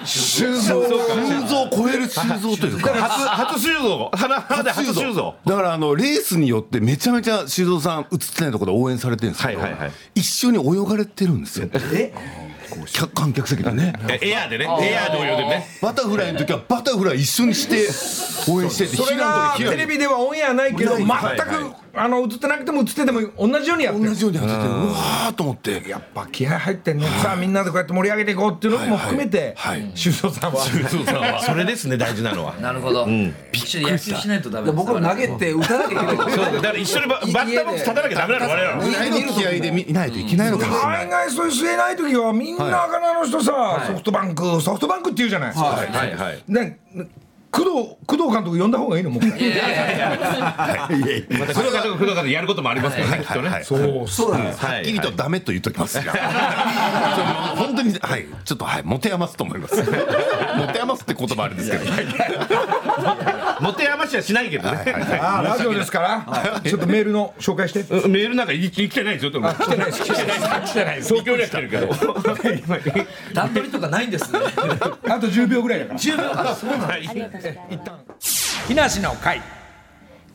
Speaker 1: 修造
Speaker 4: 修造を超える修造というか。
Speaker 2: 初初修造。花花で初修造。
Speaker 4: だからあのレースによってめちゃめちゃ修造さん映ってないところで応援されてるんですけど、
Speaker 2: はいはいはい
Speaker 4: 一緒に泳がれてるんですよ。客観客席でね。
Speaker 2: えエアーでね。エアーで泳いでね。
Speaker 4: バタフライの時はバタフライ一緒にして応援してて、
Speaker 1: それがテレビではオンエアないけど全く、
Speaker 4: はい
Speaker 1: あの映ってなくても映ってても同じようにやってる
Speaker 4: 同じようにやってて、うわーと思って。
Speaker 1: やっぱ気合入ってんね、さあみんなでこうやって盛り上げていこうっていうのも含めて
Speaker 4: はいはいはい
Speaker 1: 修造さんは
Speaker 2: それですね大事なのは。
Speaker 6: なるほど一緒に野球しないとダメです
Speaker 5: 僕ら投げて打たなきゃいけない
Speaker 2: そうだから一緒にババッターボックス立たなきゃダメなの我々は。
Speaker 4: ぐらいの気合で見ないといけないのかもしれない
Speaker 1: 海。外そういう吸えない時はみんな赤名の人さ、ソフトバンクソフトバンクって言うじゃない、
Speaker 2: はいはい。
Speaker 1: ね工藤工藤監督呼んだ方がいいのもう 一回
Speaker 2: また工藤監督工藤監督やることもありますからねきっとね。
Speaker 4: そう
Speaker 1: そう
Speaker 5: そうなんです
Speaker 2: は
Speaker 4: はっきりとダメと言っと きますが、それ本当にはいちょっとはい持て余すと思います 持て余すって言葉あれですけど
Speaker 2: 持て余しはしないけどね。
Speaker 1: ああラジオですからちょっとメールの紹介して
Speaker 2: メールなんか生きてないですよ。来てないです。来てない。来てない。東京には来てるけど。
Speaker 6: 段取りとかないんですね
Speaker 1: あと10秒ぐらいだから
Speaker 7: ありがとうございます。
Speaker 1: 木梨の会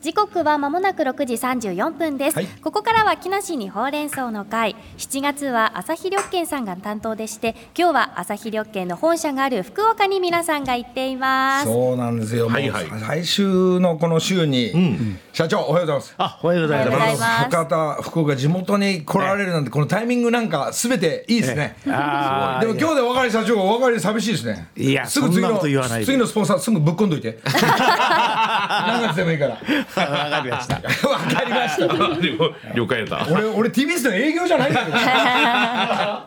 Speaker 9: 時刻はまもなく6時34分です、
Speaker 1: はい
Speaker 9: ここからは木梨にほうれん草の会7月は朝日緑研さんが担当でして今日は朝日緑研の本社がある福岡に皆さんが行っています
Speaker 1: そうなんですよ、
Speaker 2: いはい
Speaker 1: もう来週のこの週に、社長おはようございます
Speaker 10: あ、おはようござい
Speaker 9: おは
Speaker 10: ま
Speaker 9: ようございます
Speaker 1: 博多福岡地元に来られるなんてこのタイミングなんかすべていいですね
Speaker 10: す。あ
Speaker 1: でも今日でお別れ社長がお別れ寂しいですね
Speaker 10: いや
Speaker 1: すぐ次
Speaker 10: そんな
Speaker 1: の
Speaker 10: こと言わないで
Speaker 1: 次のスポンサーすぐぶっこんどいて何月でもいいから
Speaker 10: ーかりました。
Speaker 1: わかりました。
Speaker 2: 了解だ
Speaker 1: 俺、俺 TBS の営業じゃないんだ けど。さ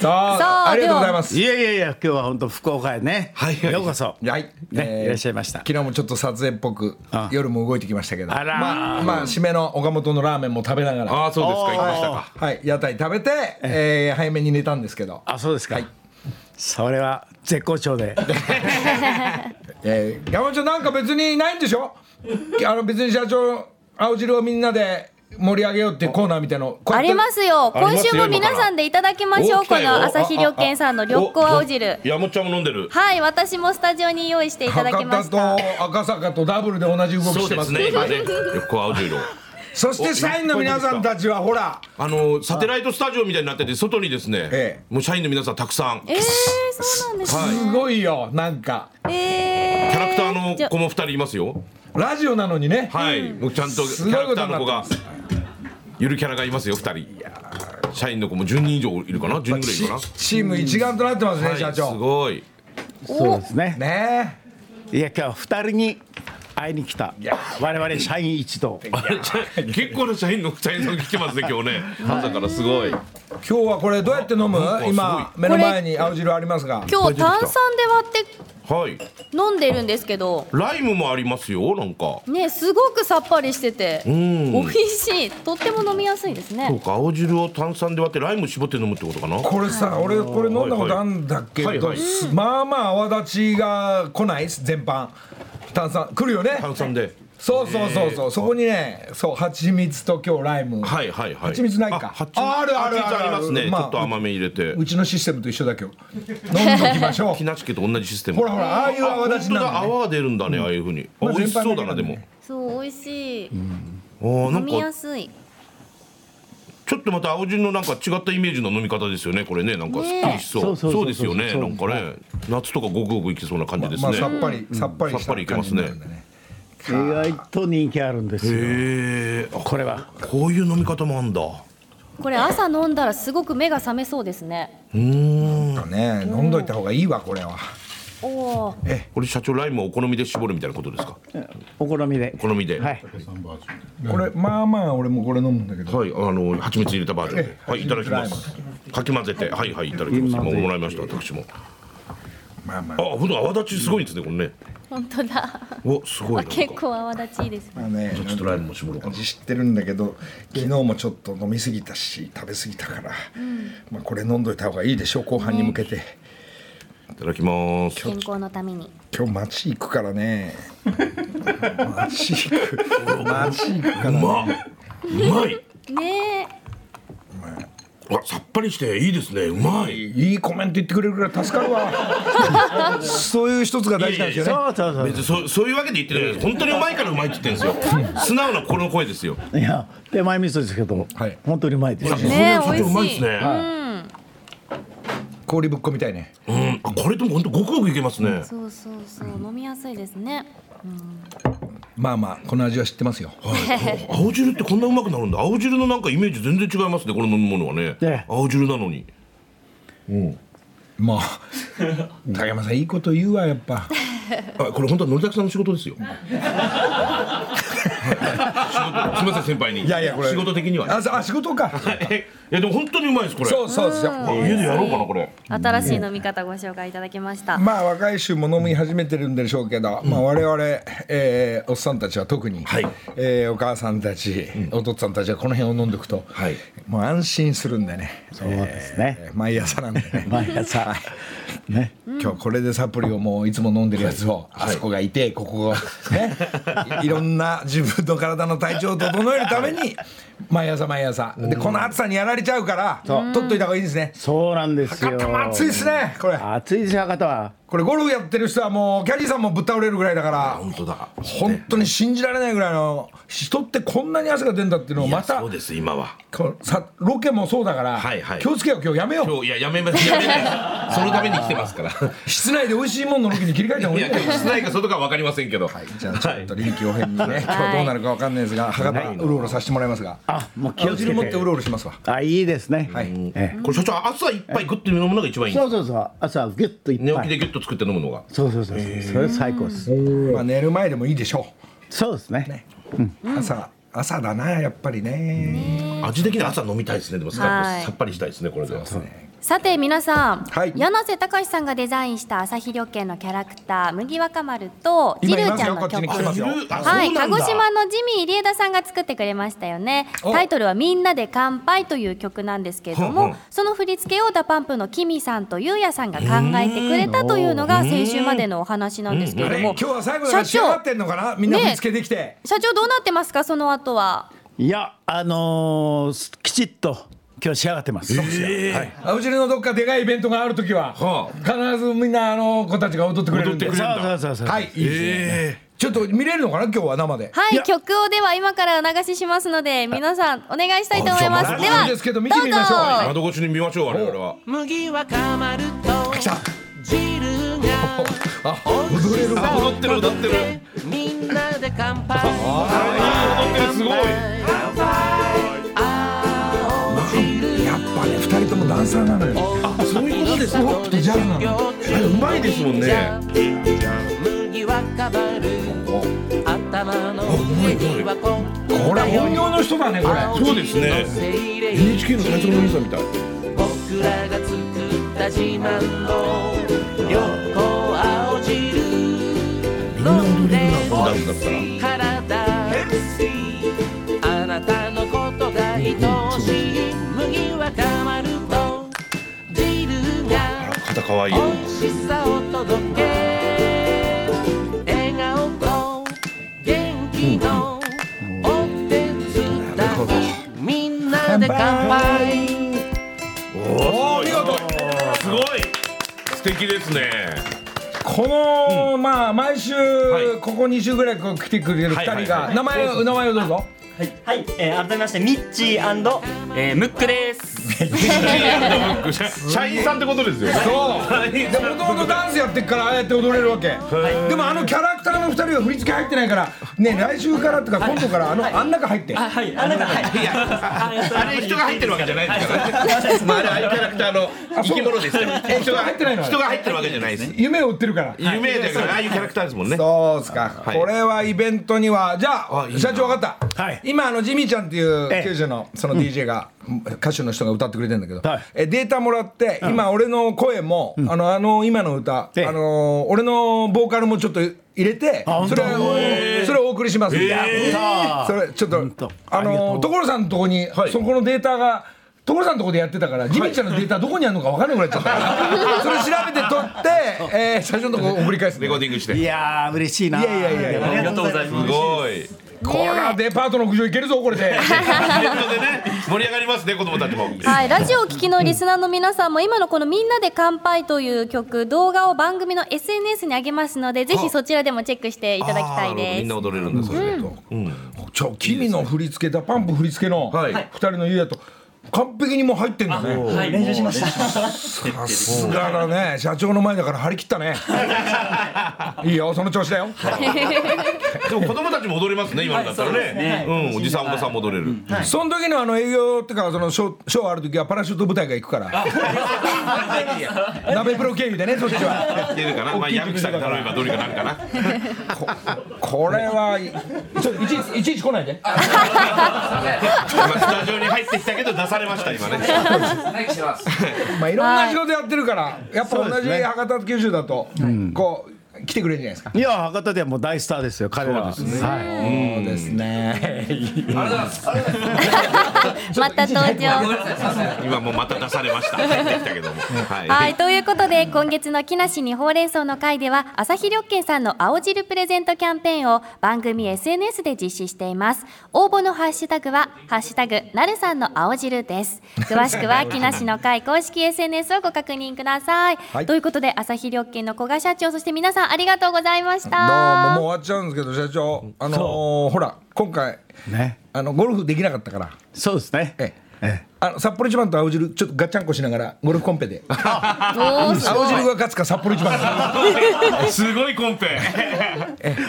Speaker 9: さ
Speaker 1: あ、
Speaker 9: あ
Speaker 1: ありがとうございます。
Speaker 10: いやいやいや、今日は本当福岡へね。ようこそ。
Speaker 1: はい、
Speaker 10: ね
Speaker 1: えー
Speaker 10: いらっしゃいました
Speaker 1: 昨日もちょっと撮影っぽく
Speaker 10: あ
Speaker 1: 夜も動いてきましたけど
Speaker 10: あらー
Speaker 1: まあ、まあ、締めの岡本のラーメンも食べながら、
Speaker 2: ああそうですか行きましたか
Speaker 1: はい、屋台食べて、えー早めに寝たんですけど、
Speaker 10: あ、そうですか。それは絶好調で。
Speaker 1: えー、山本ちゃんなんか別にないんでしょ あの別に社長青汁をみんなで盛り上げようっていうコーナーみたいなのこうや
Speaker 9: あ
Speaker 1: って
Speaker 9: りますよ。今週も皆さんでいただきましょう。
Speaker 2: お来た
Speaker 9: こ
Speaker 2: よ
Speaker 9: の朝日旅券さんの緑光青汁。
Speaker 2: 山ちゃんも飲んでる
Speaker 9: はい、私もスタジオに用意していただきま
Speaker 1: 博多
Speaker 9: した。
Speaker 1: と赤坂とダブルで同じ動き
Speaker 2: そ
Speaker 1: し
Speaker 2: う
Speaker 1: て
Speaker 2: で
Speaker 1: ます
Speaker 2: すね今ね横川青十郎
Speaker 1: そして社員の皆さんたちはほら
Speaker 2: あのサテライトスタジオみたいになってて外にですね、
Speaker 1: え
Speaker 2: もう社員の皆さんたくさん
Speaker 9: えー、そうなんですね。
Speaker 1: すごいよなんか
Speaker 9: えー、
Speaker 2: キャラクター
Speaker 9: じゃ
Speaker 2: の子も二人いますよ
Speaker 1: ラジオなのにね
Speaker 2: はい、もうちゃんとキ
Speaker 1: すご
Speaker 2: ャ
Speaker 1: い
Speaker 2: ラ
Speaker 1: こ
Speaker 2: ク
Speaker 1: と
Speaker 2: タ
Speaker 1: にな
Speaker 2: ーの
Speaker 1: って
Speaker 2: 子
Speaker 1: ま
Speaker 2: が
Speaker 1: す
Speaker 2: ゆるキャラがいますよ二人社員の子も10人以上いるかな10人ぐらいいるかな
Speaker 1: チーム一丸となってますね、社
Speaker 2: はいす
Speaker 1: 長
Speaker 2: ごい
Speaker 10: そうですね。
Speaker 1: ね
Speaker 10: いや、今日は二人に会いに来た。我々社員一同。
Speaker 2: 結構な社員の社員の来てますね今日ね朝からすご
Speaker 1: え
Speaker 2: い
Speaker 1: 今日はこれどうやって飲む
Speaker 2: なんかすごい
Speaker 1: 今目の前に青汁ありますが
Speaker 9: 今日炭酸で割っ
Speaker 2: はい
Speaker 9: て飲んでるんですけど、
Speaker 2: ライムもありますよなんか
Speaker 9: ね、すごくさっぱりしてて、
Speaker 2: ん
Speaker 9: 美味しい。とっても飲みやすいです
Speaker 2: そう
Speaker 9: ね。
Speaker 2: か青汁を炭酸で割ってライム絞って飲むってことかな
Speaker 1: これさ俺これ飲んだことあるんだけ
Speaker 2: はい
Speaker 1: ど
Speaker 2: はい
Speaker 1: すまあまあ泡立ちが来ないです全般炭酸来るよね
Speaker 2: 炭酸で
Speaker 1: そうそうそうそうそこにねそう蜂蜜と今日ライム
Speaker 2: はいはいはい
Speaker 1: 蜂蜜ないか
Speaker 2: あ蜂蜜
Speaker 1: ああるあるある
Speaker 2: 蜂蜜ありますねち
Speaker 1: ま
Speaker 2: ょ
Speaker 1: あ
Speaker 2: っと甘め入れて
Speaker 1: うちのシステムと一緒だけど飲んどきましょ
Speaker 2: 木
Speaker 1: う
Speaker 2: 梨家と同じシステム
Speaker 1: ほらほらああいう
Speaker 2: あ
Speaker 1: 泡
Speaker 2: 本
Speaker 1: 立ち
Speaker 2: 当
Speaker 1: な
Speaker 2: だ
Speaker 1: んだね
Speaker 2: 泡が出るんだねああいうふうにあ
Speaker 1: まあ
Speaker 2: 美味しそうだ
Speaker 1: 全般的
Speaker 2: なで
Speaker 1: には
Speaker 2: も
Speaker 1: ね
Speaker 9: そう、美味しい。
Speaker 2: あーな
Speaker 9: 飲
Speaker 2: ん
Speaker 9: みや
Speaker 2: か
Speaker 9: すい。
Speaker 2: ちょっとまた青汁のなんか違ったイメージの飲み方ですよねこれねなんかすっきりしそ
Speaker 10: ね
Speaker 2: う
Speaker 10: えそうそうそう
Speaker 2: そうですよね
Speaker 10: そう
Speaker 2: なんかね夏とかごくごくいけそうな感じです
Speaker 1: まあ
Speaker 2: ね
Speaker 1: さっぱりさっぱりした
Speaker 2: さっぱりいけますね
Speaker 1: 感じになるんだ
Speaker 10: 意外と人気あるんですよ。
Speaker 2: へえあ
Speaker 10: これは。
Speaker 2: こういう飲み方もあんだ
Speaker 9: これ朝飲んだらすごく目が覚めそうですね。
Speaker 2: うーん
Speaker 1: ね飲んどいた方がいいわこれは
Speaker 9: おお。
Speaker 2: これ社長ライムをお好みで絞るみたいなことですか
Speaker 10: お好みで
Speaker 2: お。好みで
Speaker 10: はい。
Speaker 1: これまあまあ俺もこれ飲むんだけど
Speaker 2: はい、あの蜂蜜入れたバージョンで、はい、いただきます。かき混ぜて、はいはい、いただきます。今もらいました、私も。
Speaker 1: まあま
Speaker 2: あ、ほんと泡立ちすごいですね、これね。
Speaker 9: 本当だ。
Speaker 2: お、すごい。なんか
Speaker 9: 結構泡立ちいいですね。
Speaker 1: あね
Speaker 2: ちょっとライムも絞ろうかな。
Speaker 1: 味知ってるんだけど昨日もちょっと飲みすぎたし食べすぎたから、まあこれ飲んどいた方がいいでしょう後半に向けて、
Speaker 2: いただきます。
Speaker 9: 健康のために。
Speaker 1: 今日街行くからね街行く 街行くから
Speaker 2: うまっ。うまい。
Speaker 9: ねえ。
Speaker 2: あ、さっぱりして、いいですね。うまい。
Speaker 1: いいコメント言ってくれるから助かるわ そういう一つが大事なんですよね
Speaker 10: そうそうそう。
Speaker 2: 別にそうそういうわけで言ってないです。本当にうまいからうまいって言ってるんですよ。素直な心の声ですよ。
Speaker 10: いや、手前味噌ですけど、
Speaker 1: はい
Speaker 10: 本当にうまいです。
Speaker 9: ね
Speaker 2: これ
Speaker 9: 美味しいう
Speaker 2: まいですね。
Speaker 1: 氷ぶっこみたいね
Speaker 2: うん、あこれでも本当ごくごくいけますね。
Speaker 9: そうそうそう。飲みやすいですね。
Speaker 1: まあまあこの味は知ってますよ
Speaker 2: はい青汁ってこんなうまくなるんだ。青汁のなんかイメージ全然違いますね。この飲み物はね。
Speaker 10: ね
Speaker 2: 青汁なのに。
Speaker 1: まあ竹山さんいいこと言うわやっぱ
Speaker 2: あこれ本当はのりたくさんの仕事です よ。仕事すみません先輩に。
Speaker 1: いやいやこれ
Speaker 2: 仕事的には、ね
Speaker 1: あ。そうあ仕事か
Speaker 2: えいやでも本当にうまいですこれ。
Speaker 1: そうそうですよ
Speaker 2: あ家でやろうかなこれ。
Speaker 9: 新しい飲み方ご紹介いただきました。
Speaker 1: まあ若い衆も飲み始めてるんでしょうけど、まあ我々、えーおっさんたちは特に、
Speaker 2: はい
Speaker 1: えーお母さんたち、お父さんたちはこの辺を飲んでいくと、
Speaker 2: はい
Speaker 1: もう安心するんでね、
Speaker 10: そうですね。
Speaker 1: えー毎朝なんでね
Speaker 10: 毎 朝。ね。
Speaker 1: 今日これでサプリをもういつも飲んでるやつを、あそこがいてここがねいい ろんな自分の体の体調を整えるために毎朝毎朝でこの暑さにやられちゃうから取っといた方がいいですね
Speaker 10: そうなんですよ。
Speaker 1: 博多も暑いですねこれ
Speaker 10: 暑いですよ、博多は。
Speaker 1: これゴルフやってる人はもうキャディーさんもぶっ倒れるぐらいだから
Speaker 2: 本当だ。
Speaker 1: 本当に信じられないぐらいの人ってこんなに汗が出るんだっていうのをまた
Speaker 2: そうです今は。
Speaker 1: このさロケもそうだから、
Speaker 2: はいはい
Speaker 1: 気をつけよう今日やめよう
Speaker 2: 今日いややめますやめない。そのために来てますから。
Speaker 1: 室内で美味しいもののロケに切り替えた方
Speaker 2: い
Speaker 1: がいい
Speaker 2: や
Speaker 1: んだ
Speaker 2: 今
Speaker 1: よ
Speaker 2: 日室内か外かわかりませんけど。はい。
Speaker 1: じゃあちょっと臨機応変にね、今日どうなるかわかんないですが博多うろうろさせてもらいますが
Speaker 10: あ、もう気
Speaker 1: 青
Speaker 10: をつけ
Speaker 1: 汁
Speaker 10: て。
Speaker 1: 持ってうろうろしますわ
Speaker 10: あ、いいですね。
Speaker 1: はい
Speaker 10: え
Speaker 2: これ社長朝いっぱいグッと飲むのが一番い
Speaker 10: え
Speaker 2: いんで
Speaker 10: そ
Speaker 2: す。
Speaker 10: うそうそう、朝ギュッとい
Speaker 2: 寝
Speaker 10: っ
Speaker 2: 起
Speaker 10: ぱ
Speaker 2: きで
Speaker 10: い。
Speaker 2: ギュッと作って飲むのが。
Speaker 10: そうそうそう、それ最高です。
Speaker 1: まあ寝る前でもいいでしょ
Speaker 10: そうですね。
Speaker 1: 朝朝だなやっぱりね
Speaker 2: 味的には朝飲みたいですねでもさ
Speaker 9: はい
Speaker 2: さっぱりしたいですねこれでは
Speaker 9: さて皆さん、
Speaker 2: はい
Speaker 9: 柳瀬隆さんがデザインした朝日旅券のキャラクター麦若丸とジ
Speaker 1: 今
Speaker 9: ル
Speaker 1: い
Speaker 9: ー
Speaker 1: ま
Speaker 9: ち
Speaker 1: す
Speaker 9: ゃ
Speaker 1: よ
Speaker 9: んの
Speaker 1: こっち
Speaker 9: 曲
Speaker 1: に来てますよ
Speaker 9: はい、鹿児島のジミー入枝さんが作ってくれましたよね
Speaker 1: お
Speaker 9: タイトルは「みんなで乾杯」という曲なんですけれど
Speaker 11: ほん
Speaker 9: も
Speaker 11: ほん
Speaker 9: その振り付けをダパンプのキミさんとユウヤさんが考えてくれたというのが
Speaker 1: うーん
Speaker 9: 先週までのお話なんですけれ
Speaker 1: あ
Speaker 9: ど
Speaker 1: れ
Speaker 9: も
Speaker 1: 今日は最後だから仕上がってんのかなみんな
Speaker 9: ねえ
Speaker 1: 振り付けできて
Speaker 9: 社長どうなってますかその後はい
Speaker 10: やあのーすきちっと今日仕上がってます、はい
Speaker 1: あうちのどっかでかいイベントがあるときは必ずみんなあの子たちが踊ってくれるんで
Speaker 10: 踊ってくれるんだそうそうそうそう
Speaker 1: はいいいですねちょっと見れるのかな今日は生で
Speaker 9: はい曲をでは今から流ししますので皆さんお願いしたいと思いますでは
Speaker 2: ですけど
Speaker 9: 見てみましょうどうぞ
Speaker 2: 窓越しに見ましょう我々は
Speaker 11: 麦はかまると
Speaker 1: 来た
Speaker 11: 汁が
Speaker 2: あ踊れる踊ってる踊ってる
Speaker 11: みんなで乾杯
Speaker 2: あーいい踊ってるすごい
Speaker 1: やっぱね二人ともダンサーなのよあそういうことですロックとジャズなのよあれうまいですもんね
Speaker 11: 麦はかまる頭の上にはこ
Speaker 1: これは本業の人だねこれ
Speaker 2: そうですね NHK の最初の皆さんみたい
Speaker 11: 僕らが作った自慢の横青汁
Speaker 2: みんな踊れるなダンスだったら
Speaker 11: 体あなたのことが愛おしい麦はかまると汁が
Speaker 2: 肩可愛い
Speaker 11: 美味しさを届け笑顔と元気のお手伝いみんなで乾杯
Speaker 2: おお見事すごい素敵ですね
Speaker 1: この、まあ毎週、ここ2週ぐらいこう来てくれる
Speaker 12: はい
Speaker 1: 2人
Speaker 12: はいは
Speaker 1: が
Speaker 12: い
Speaker 1: 名前
Speaker 12: どうぞ
Speaker 1: を名前をどうぞ
Speaker 12: はい、えー、改めましてミッチーえームックです。
Speaker 2: 社員さんってことですよね
Speaker 1: そうでもともとダンスやってっからああやって踊れるわけでもあのキャラクターの2人は振り付け入ってないからね来週からとか今度からあのあん中入って
Speaker 12: あはい、あなんかはい。
Speaker 2: あれ人が入ってるわけじゃないですからねまああれああいうキャラクターの生き物ですから
Speaker 1: え人が入ってないの
Speaker 2: 人が入ってるわけじゃないです
Speaker 1: 夢を売ってるから
Speaker 2: 夢だからああいうキャラクターですもんね
Speaker 1: そうですか、これはイベントにはじゃあ社長分かった、今あのジミーちゃんっていう
Speaker 10: ええ
Speaker 1: 九州のその DJ が、歌手の人が歌ってくれてるんだけど、えデータもらって、今俺の声も、あのあの今の歌、あの俺のボーカルもちょっと入れて
Speaker 10: あ本
Speaker 1: そ
Speaker 10: 当
Speaker 1: れを
Speaker 10: へえ
Speaker 1: それをお送りしますんで、
Speaker 10: やった
Speaker 1: それちょっとあの所さんのとこに、そこのデータが所さんのとこでやってたから、ジミーちゃんのデータどこにあるのか分かんなくなっちゃったか らそれ調べて取って、えー、最初のとこ送り返す
Speaker 2: レコーディングして
Speaker 10: いやー嬉しいない
Speaker 1: やいやいやいや
Speaker 10: ありがとうございます
Speaker 2: すごい
Speaker 1: これはデパートの屋上いけるぞこれ で
Speaker 2: 盛り上がりますね子供たちも
Speaker 9: はい、ラジオを聴きのリスナーの皆さんも今のこの「みんなで乾杯」という曲動画を番組の SNS に上げますのでぜひそちらでもチェックしていただきたい
Speaker 2: み
Speaker 9: です
Speaker 2: んな踊れるんだそれで
Speaker 1: ちょ君の振り付けだパンプ振り付けの二人の家だと完璧にもう入ってんだね
Speaker 12: はい、練習しました。
Speaker 1: さすがだね社長の前だから張り切った ねいいよその調子だよ
Speaker 2: でも子供たちも踊れますね今のだったら
Speaker 1: はいそうですね
Speaker 2: ねうんおじさんおばさんも踊れる
Speaker 1: その時のあの営業ってかそのショーショーある時はパラシュート部隊が行くから鍋プロ経由でねそっちは
Speaker 2: 出るかなまあ矢吹さんに頼めばどうにかなるかな
Speaker 1: これはいちょいちいちいちいち来ないで
Speaker 2: 今スタジオに入ってきたけど出されました今ね
Speaker 1: まあいろんな仕事やってるからやっぱ同じ博多と九州だとこう来てくれるんじゃないですか
Speaker 10: いや博多ではもう大スターですよ彼らは
Speaker 1: そうですね
Speaker 10: はい
Speaker 1: そうですね
Speaker 9: また登場
Speaker 2: 今もうまた出されました入ってきたけどもは
Speaker 9: はいということで今月の木梨にほうれん草の会では朝日緑券さんの青汁プレゼントキャンペーンを番組 SNS で実施しています応募のハッシュタグは「ハッシュタグなるさんの青汁」です詳しく は木梨の会公式 SNS をご確認ください、
Speaker 1: はい
Speaker 9: ということで朝日緑券の古賀社長そして皆さんありがとうございました
Speaker 1: どうももう終わっちゃうんですけど社長あのーほら今回
Speaker 10: ね
Speaker 1: あのゴルフできなかったから
Speaker 10: そうですね
Speaker 1: ええあの札幌一番と青汁ちょっとガッチャンコしながらゴルフコンペ で
Speaker 9: 青
Speaker 1: 汁が勝つか札幌一番
Speaker 2: いすごいコンペ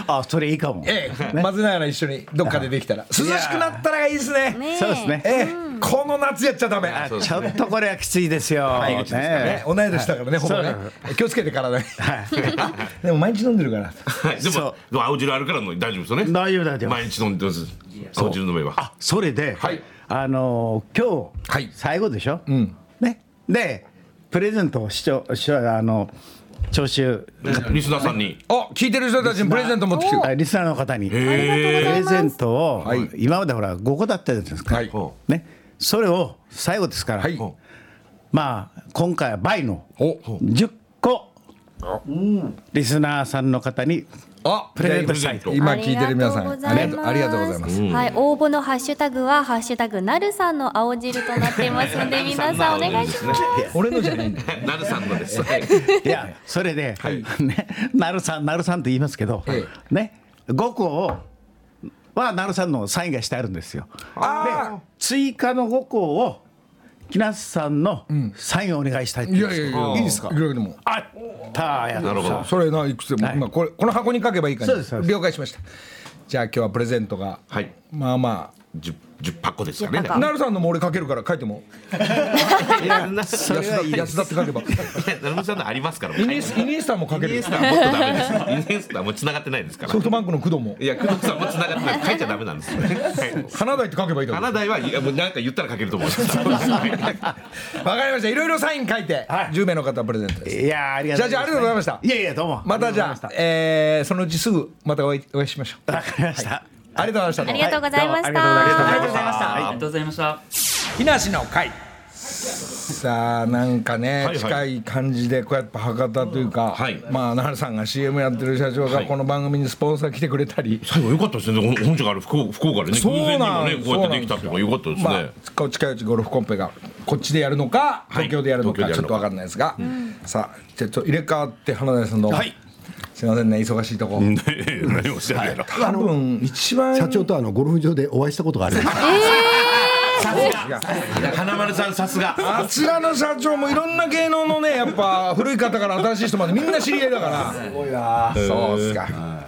Speaker 10: あそれいいかも
Speaker 1: ええ混ぜながら一緒にどっかでできたら涼しくなったらいいですね
Speaker 10: そうですね
Speaker 1: ええこの夏やっちゃダメ
Speaker 10: ちょっとこれはきついですよ。
Speaker 1: 入り口ですからね同い年だからねほぼね気をつけて体にでも毎日飲んでるから
Speaker 2: はい、でも、でも青汁あるからの大丈夫ですよね。
Speaker 10: 大丈夫大丈夫
Speaker 2: 毎日飲んでます。
Speaker 10: そう
Speaker 2: 青汁飲めば。あ、
Speaker 10: それで、あのー今日、最後でしょ、ね、でプレゼントを視聴視聴あの聴衆
Speaker 2: リスナーさんに
Speaker 1: あ聞いてる人たちにプレゼント持ってきてる
Speaker 10: るリスナーの方にプ
Speaker 1: ありがとうござい
Speaker 10: レ
Speaker 1: ます
Speaker 10: ゼントを、今までほら5個だったじゃないですか、ね、それを最後ですから、まあ今回は倍の10個リスナーさんの方 にプレゼントしたい
Speaker 1: 今聞いてる皆さんありがとうありがとうございます
Speaker 9: はい、応募のハッシュタグは、ハッシュタグなるさんの青汁となっていますので、皆さんお願いします。
Speaker 1: 俺のじゃないん
Speaker 2: だ。なるさんのです。
Speaker 10: いやそれで、ね、なるさんなるさんと言いますけど、ね5個をはなるさんのサインがしてあるんですよ。で追加の5個を木梨さんのサインをお願いしたいって
Speaker 1: い
Speaker 10: 言う
Speaker 1: や
Speaker 10: ん
Speaker 1: い
Speaker 10: です
Speaker 1: や
Speaker 10: け
Speaker 1: い
Speaker 10: ど
Speaker 1: や
Speaker 10: いいですか
Speaker 1: いろいろも
Speaker 10: あったや
Speaker 1: なるほど
Speaker 10: さ
Speaker 1: それないくつでも今これこの箱に書けばいい感
Speaker 10: そうですそうで
Speaker 1: じ了解しましたじゃあ今日はプレゼントがまあまあ
Speaker 2: 十十箱ですかね。
Speaker 1: なるさんのも俺書けるから書いても
Speaker 2: いやな
Speaker 1: 安田安田って 書けば
Speaker 2: なるみさんのありますから。
Speaker 1: イニエスイニエスタも書ける
Speaker 2: イニエスタはもっとダメです。イニエスタはもう繋がってないですから
Speaker 1: ソ。フトバンクの工藤も
Speaker 2: いや、工藤さんも繋がってない。書いちゃダメなんですよね。
Speaker 1: 花台って書けばいいだろ
Speaker 2: 花台はいやもうなんか言ったら書けると思います。
Speaker 1: わかりました。いろいろサイン書いて、10名の方プレゼントです。
Speaker 10: いやーありがとうございます
Speaker 1: じゃあじゃあありがとうございました。
Speaker 10: いやいやどうも
Speaker 1: またじゃあ、えーそのうちすぐまたお会いお会いしましょう。
Speaker 10: わかりました、
Speaker 1: ありがとうございました。
Speaker 9: ありがとうございました
Speaker 12: ありがとうございました。ありがとうございました。
Speaker 1: 木梨の会。さあなんかね、
Speaker 12: はい
Speaker 1: 近い感じでこうやっぱ博多というか、まあ奈良さんが CM やってる社長がこの番組にスポンサー来てくれたり、
Speaker 2: 最後良かったですね。ほん本社がある福岡福岡でね。
Speaker 1: そう
Speaker 2: 偶然に
Speaker 1: な
Speaker 2: も
Speaker 1: ん
Speaker 2: ねこうやってできたとか良かったです
Speaker 1: ま
Speaker 2: ね
Speaker 1: あ。こう近いうちゴルフコンペがこっちでやるのか東京でやるのか
Speaker 2: 東
Speaker 1: ち
Speaker 2: 京
Speaker 1: ょっ
Speaker 2: でやる
Speaker 1: と分か
Speaker 2: のか
Speaker 1: んないですが、さあじゃあちょっと入れ替わって花田さんの、すいませんね忙しいとこ
Speaker 2: 何をおっしゃるんだろ
Speaker 1: 多分一番
Speaker 3: 社長とあのゴルフ場でお会いしたこと があるんです
Speaker 2: 花丸さんさすが。
Speaker 1: あちらの社長もいろんな芸能のねやっぱ古い方から新しい人までみんな知り合いだからすごいなそうっすか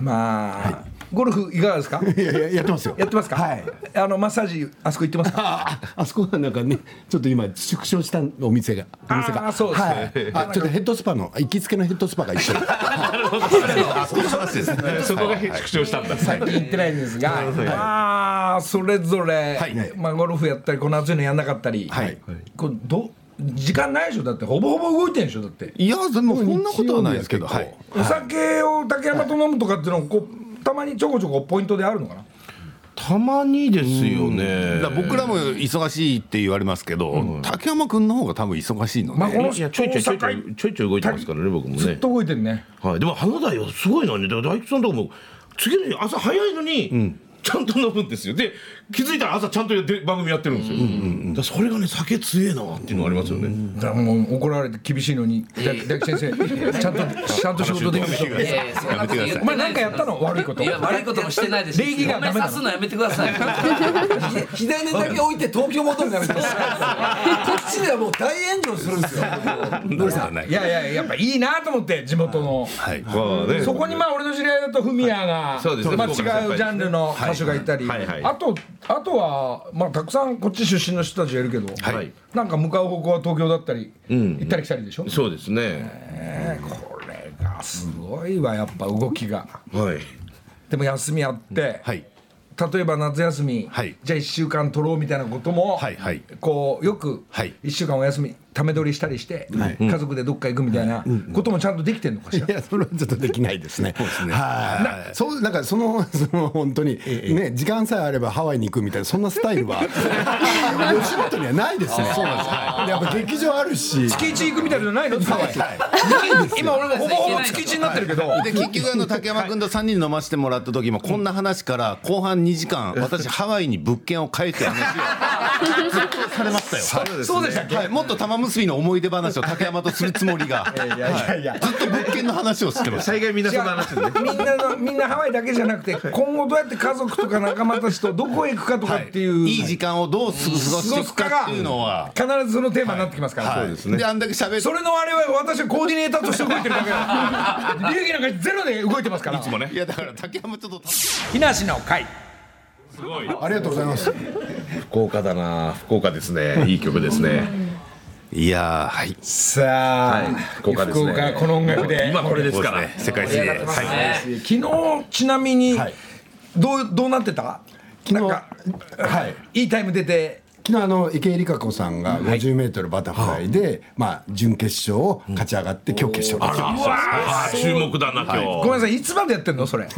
Speaker 1: まあ、ゴルフいかがで すか
Speaker 3: いやいややってますよ
Speaker 1: やってますかはいあのマッサージあそこ行ってますか
Speaker 3: あそこはなんかねちょっと今縮小したお店がお店が
Speaker 1: あーそうですね
Speaker 3: はい、あちょっとヘッドスパの行きつけのヘッドスパが一緒
Speaker 2: あそこの話ですね。そこが縮小したんだ。
Speaker 1: 最近行ってないんですが、まあそれぞれ、まあ、ゴルフやったりこの暑いのやんなかったり、こうど時間ないでしょだってほぼほぼ動いてんでしょだって
Speaker 4: いやでもそんなことはないですけどはい
Speaker 1: お酒を竹山と飲むとかっていうのをこうたまにちょこちょこポイントであるのかな
Speaker 2: たまにですよね。
Speaker 4: だから僕らも忙しいって言われますけど、竹山君の方が多分忙しいので、
Speaker 1: まあこの
Speaker 2: いやちょいちょいちょいちょいちょいちょい動いてますからね僕も
Speaker 1: ずっ
Speaker 2: ね。
Speaker 1: と動いてるね
Speaker 2: はい。でも花台はすごいのね。だから大吉さんとかも次の日朝早いのに。ちゃんと飲むんですよで気づいたら朝ちゃんとで番組やってるんですよ、だからそれがね酒強えなっていうのがありますよね、
Speaker 1: だからもう怒られて厳しいのにだ大吉先生ちゃんとちゃんと仕事できる人
Speaker 6: いやいやそんなこと言ってないですよ
Speaker 1: お前何かやったの悪いこと
Speaker 6: いや悪いこともしてないですし
Speaker 1: 礼儀がダメ
Speaker 6: お前
Speaker 1: だ
Speaker 6: 刺すのやめてください
Speaker 5: ひ左手だけ置いて東京戻るのやめてほしいこっちではもう大炎上するんですよ
Speaker 1: ノリさんいやいややっぱいいなと思って地元の、
Speaker 2: まあね
Speaker 1: そこにまあ俺の知り合いだとフミヤが、
Speaker 2: そうですね
Speaker 1: まあ違う
Speaker 2: 僕
Speaker 1: ジ
Speaker 2: らの先輩ですね
Speaker 1: ャンルの歌手がいたり、
Speaker 2: はいはい
Speaker 1: あとあとはまあたくさんこっち出身の人たちがいるけど、
Speaker 2: はい
Speaker 1: なんか向かう方向は東京だったり、行ったり来たりでしょ。
Speaker 2: そうですね
Speaker 1: ねえこれがすごいわやっぱ動きが。
Speaker 2: はい
Speaker 1: でも休みあって、例えば夏休み、じゃあ1週間取ろうみたいなことも、こうよく1週間お休みため取りしたりして、家族でどっか行くみたいなこともちゃんとできてんのかしら、
Speaker 3: いやそれはちょっとできないですね。はい。なそうなんかそのその本当にね時間さえあればハワイに行くみたいなそんなスタイルは吉本にはないですね。そうなんです。やっぱ劇場あるし。
Speaker 1: 月一行くみたいなのないのハワイ今俺らほぼほぼ月一になってるけど、
Speaker 4: で結局あの竹山君と3人飲ませてもらった時もこんな話から後半2時間私ハワイに物件を変えて話をず っとされましたよ
Speaker 1: そうでしたっけ
Speaker 4: はいもっと玉結びの思い出話を竹山とするつもりが
Speaker 1: いやいやいや
Speaker 4: はいずっと物件の話をしてました
Speaker 2: 大概みんなそんな話ですね
Speaker 1: みんなのみんなハワイだけじゃなくて今後どうやって家族とか仲間たちとどこへ行くかとかっていう、
Speaker 4: いい時間をどう過ごしていくかっていうのは
Speaker 1: 必ずそのテーマになってきますから、
Speaker 4: はいであんだけ喋って
Speaker 1: それのあれは私はコーディネーターとして動いてるだけだ流儀なんかゼロで動いてますからいつ
Speaker 2: もね
Speaker 4: いやだから竹山ちょっと
Speaker 1: 木梨の会
Speaker 2: すごい
Speaker 3: ありがとうございます。
Speaker 2: 福岡だな福岡ですねいい曲ですねいやーはい
Speaker 1: さあ、
Speaker 2: 福岡ですね
Speaker 1: 福岡この音楽で
Speaker 2: 今これですから
Speaker 1: そうですね
Speaker 4: 世界水泳
Speaker 2: 盛り上がってますね
Speaker 4: はい
Speaker 1: 昨日ちなみに、どうどうなってた昨日はい、いいタイム出て
Speaker 3: 昨日あの池江璃花子さんが50メートルバタフライで、まあ準決勝を勝ち上がって、今日決勝です。
Speaker 2: あー注目だな今日
Speaker 1: ごめんなさいいつまでやってんのそれあ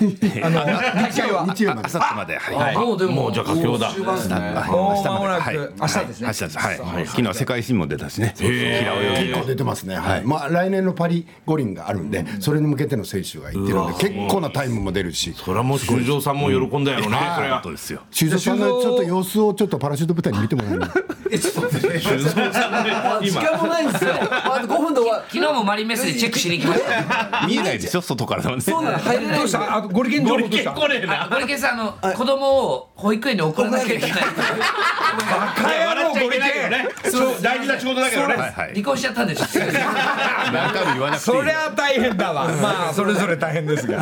Speaker 1: の大会は
Speaker 3: 日曜まで
Speaker 4: 明後日まではい
Speaker 1: あもうでも
Speaker 4: もうじゃあ佳境だ
Speaker 1: 終盤ですね
Speaker 4: はい
Speaker 1: もう
Speaker 4: 明日まで
Speaker 1: 間もなく
Speaker 4: はい
Speaker 1: 明日ですね
Speaker 4: はい明日ですはいはい昨日は世界新聞出たしね平泳ぎ
Speaker 3: 結構出てますね、はいまあ、来年のパリ五輪があるんで、それに向けての選手がいってるんで
Speaker 2: うわ
Speaker 3: 結構なタイムも出るしそ
Speaker 2: れはもう修造さんも喜んだやろうねそれは
Speaker 4: そうですよ
Speaker 3: 修造さんのちょっと様子をちょっとパラシュート部隊に見てもらえない
Speaker 5: 時間もないんですよ。あと5分で終わ
Speaker 6: 昨日もマリンメッセでチェックしに行きました
Speaker 4: 見えないでしょ外からはね
Speaker 6: そうなの入れない
Speaker 1: どうしたあとゴリケン情報どうした
Speaker 2: れ
Speaker 6: あゴリケンさんあの子供を保育園に送らなきゃいけない
Speaker 1: バカ野郎ゴリケンそう大事な仕事だけどね
Speaker 6: 離婚しちゃったんでしょ
Speaker 4: 中身言わなくていい
Speaker 1: そりゃ大変だわ まあそれぞれ大変ですが、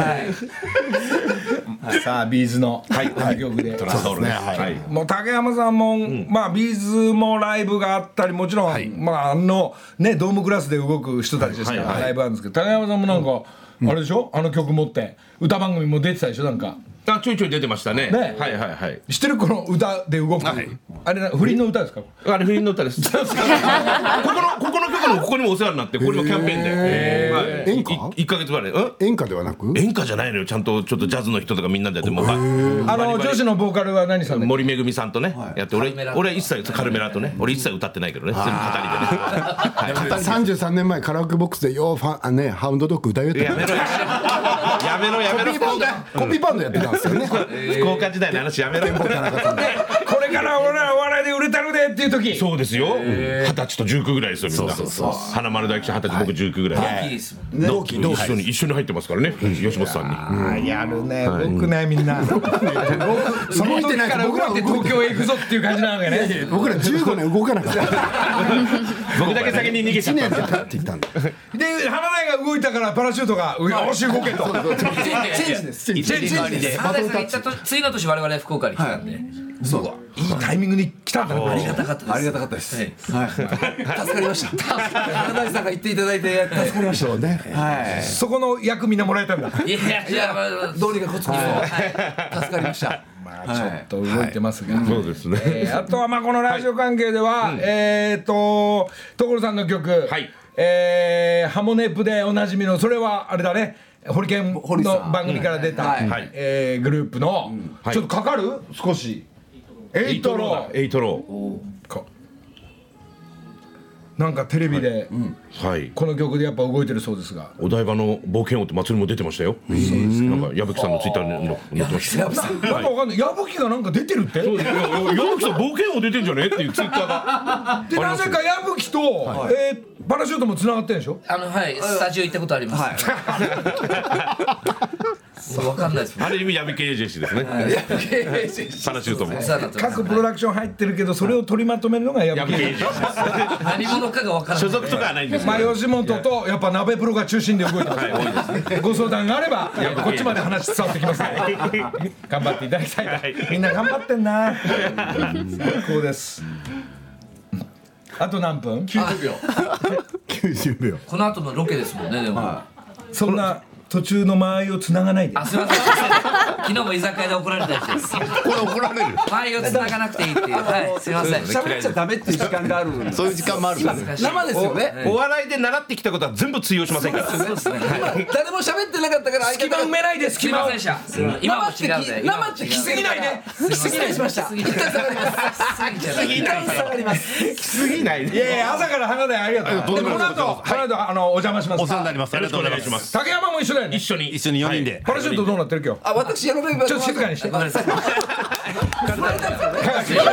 Speaker 1: さあビーズのはいはい曲で
Speaker 4: トランソールです
Speaker 1: そう
Speaker 4: はい
Speaker 1: もう竹山さんも、まあビーズもライブがあったりもちろん、まああのねドームクラスで動く人たちですから、
Speaker 4: はいはい
Speaker 1: ライブあるんですけど竹山さんもなんか、あれでしょあの曲持って歌番組も出てたでしょなんか
Speaker 2: あちょいちょい出てましたね
Speaker 1: ね
Speaker 2: はいはいはい
Speaker 1: 知ってるこの歌で動く、あれな不倫の歌ですか
Speaker 2: あれ不倫の歌です ここのここの曲のここにもお世話になってこれもキャンペーンで、
Speaker 3: へー
Speaker 2: はい、演歌一ヶ月ぐらいうん
Speaker 3: 演歌ではなく
Speaker 2: 演歌じゃないのよちゃんとちょっとジャズの人とかみんなでやってもう
Speaker 1: あの女子のボーカルは何さんで
Speaker 2: 森めぐみさんとね、やって俺俺一切カルメラとね俺一切歌ってないけどね全部語りでね
Speaker 3: 33年前カラオケボックスでようファンあ、ね、ハウンドドッグ歌いよって
Speaker 2: やめろやめろ やめろやめろ
Speaker 3: コピーバンドコピーバンドやってたんです よね
Speaker 2: 福岡時代の話やめろよ
Speaker 1: これから俺らお笑いで売れたるでっていう時
Speaker 2: そうですよ二十歳と19ぐらいですよみんな
Speaker 4: そうそうそう
Speaker 2: 花丸大吉二十歳僕19ぐらい
Speaker 6: いい
Speaker 2: で
Speaker 6: ですもんね
Speaker 2: 同期一緒に一緒に入ってますからね吉本さんに
Speaker 1: やるね、僕ね、みん な。その時から僕らって東京へ行くぞっていう感じなわけね。
Speaker 3: 僕ら15年動かなかった
Speaker 2: 僕だけ先に逃げちゃ
Speaker 3: 1
Speaker 2: った
Speaker 3: 年で帰ってきたんだ
Speaker 1: で、花大が動いたから、パラシュート が、うよし、動けと。
Speaker 6: チェンジで
Speaker 3: チ
Speaker 6: す
Speaker 3: ェンジ
Speaker 6: チェンジ
Speaker 3: チェンジです
Speaker 6: 花大さんが行ったと次の年我々福岡に来たんで
Speaker 1: そうだ。いいタイミングに来たんだ
Speaker 6: あ
Speaker 1: ね。
Speaker 6: りがたかったです
Speaker 5: ありがたかったです。
Speaker 6: は
Speaker 5: は
Speaker 6: い
Speaker 5: い。助かりま した。花大さんが言っていただいて、
Speaker 3: この人ね
Speaker 5: は
Speaker 1: そこの役みんなもらえたんだ。
Speaker 6: いやい
Speaker 5: い
Speaker 6: やまあまあ
Speaker 5: や、どうにかこっちにも、はい助かりました。
Speaker 1: まあ、ちょっと動いてますが。
Speaker 2: そうですね
Speaker 1: えーあとは、まあ、このラジオ関係では、えっと、所さんの曲。
Speaker 2: はい
Speaker 1: えーハモネプでおなじみの、それは、あれだね。ホリケンの番組から出た
Speaker 5: うん
Speaker 2: は、い
Speaker 1: えーグループの、
Speaker 2: はい
Speaker 1: ちょっとかかる少し。エイトロー。
Speaker 2: エイトロ
Speaker 1: かなんかテレビで
Speaker 2: ーはい
Speaker 1: この曲でやっぱ動いてるそうですが、
Speaker 2: お台場の冒険王って祭りも出てましたよなんか矢吹さんのツイッターに載ってましたよ
Speaker 1: ななんかわかんない矢吹がなんか出てるって
Speaker 2: そうですよ矢吹さん冒険王出てんじゃねっていうツイッターが
Speaker 1: でなぜか矢吹と、えーパラシュートもつながってるんでしょ
Speaker 6: あのはいスタジオ行ったことあります もうわかんないですもん
Speaker 2: ある意味矢吹エージェンシーですねパラシュートも
Speaker 6: お世話になってます
Speaker 1: 各プロダクション入ってるけどそれを取りまとめるのが矢
Speaker 2: 矢吹
Speaker 1: 吹
Speaker 2: エージェンシーです
Speaker 6: 何者かがわからな
Speaker 2: 所
Speaker 6: い
Speaker 2: 属とかはないんですけ
Speaker 1: まあ
Speaker 2: ど
Speaker 1: 吉本とやっぱ鍋プロが中心で動いてます、
Speaker 2: はい多いです
Speaker 1: ご相談があればこっちまで話伝わってきますから頑張っていただきたいな、みんな頑張ってんな最高ですあと何分
Speaker 3: 90秒
Speaker 6: この後のロケですもんねでも
Speaker 1: そんな途中の間合いをつながないで
Speaker 6: あすいませんすいません昨日も居酒屋で怒られたやつです
Speaker 4: これ怒られる
Speaker 6: 前を繋がなくていいっていうはいすいません
Speaker 5: 喋っちゃダメっていう時間がある。
Speaker 4: そういう時間もあるからね
Speaker 5: 生ですよね。
Speaker 2: お笑いで習ってきたことは全部通用しませんから
Speaker 6: そうですねはい
Speaker 5: 誰も喋ってなかったから、
Speaker 1: 隙間埋めないです隙
Speaker 6: い
Speaker 1: 間
Speaker 6: ま
Speaker 1: を
Speaker 6: せんでした今も違うんで今も
Speaker 5: 生って来すぎないね。来すぎないしました。一旦下がります。一旦下がります。
Speaker 2: すぎない
Speaker 1: いやいや朝から花でありがとうでこの後この後あのお邪魔しま
Speaker 4: お
Speaker 1: す
Speaker 4: 世話になりますあ
Speaker 2: よ
Speaker 4: り
Speaker 2: ろ
Speaker 4: が
Speaker 2: しくお願いし
Speaker 4: とうございます
Speaker 2: ます
Speaker 1: 竹山も一緒だよね
Speaker 2: 一緒に
Speaker 4: 一緒に4人で
Speaker 1: パラシュートどうなってる今日
Speaker 5: あ、私やらない。
Speaker 1: ちょっと静かにして
Speaker 6: ごめんなさい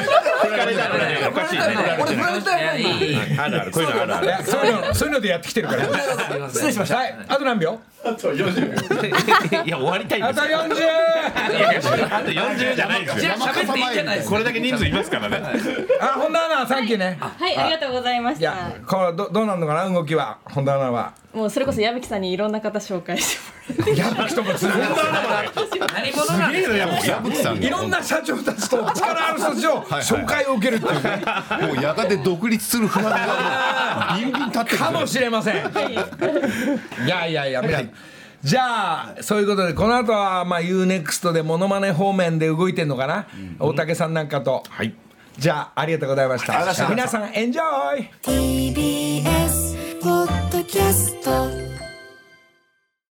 Speaker 2: おかしいね
Speaker 5: 俺、フラれたよ。
Speaker 6: いやいい
Speaker 2: あるあるこういうのあるあ
Speaker 1: い
Speaker 2: る
Speaker 1: やそういうのそういうのでやってきてるから
Speaker 5: 失礼しました。
Speaker 1: はいあと何秒
Speaker 2: いや終わりたいん
Speaker 1: あ
Speaker 2: です
Speaker 1: と
Speaker 2: よ
Speaker 1: 40
Speaker 2: あと40じゃないです
Speaker 6: じ
Speaker 2: よ
Speaker 6: ゃあ喋っていいじゃないですか
Speaker 2: これだけ人数いますからね
Speaker 1: あ本田アナさンキューね
Speaker 7: はい、ありがとうございまし
Speaker 1: いや
Speaker 7: た。
Speaker 1: これどどうなんのかな動きは本田アナは
Speaker 7: もうそれこそ矢吹さんにいろんな方紹介して
Speaker 1: 矢吹ともつながって
Speaker 6: 何
Speaker 1: 者なんですか
Speaker 4: 矢吹さんが
Speaker 1: いろんな社長たちと力ある人たちを紹介を受けるっていうね
Speaker 4: もうやがて独立する不安がもうビンビン立ってくる
Speaker 1: かもしれませんいやいやいや、みんなじゃあそういうことでこの後はまあ UNEXT でモノマネ方面で動いてんのかな、大竹さんなんかと、じゃあありがとうございました
Speaker 9: ありがとうございま
Speaker 1: 皆さんエンジョイ
Speaker 9: TBS ポッドキャスト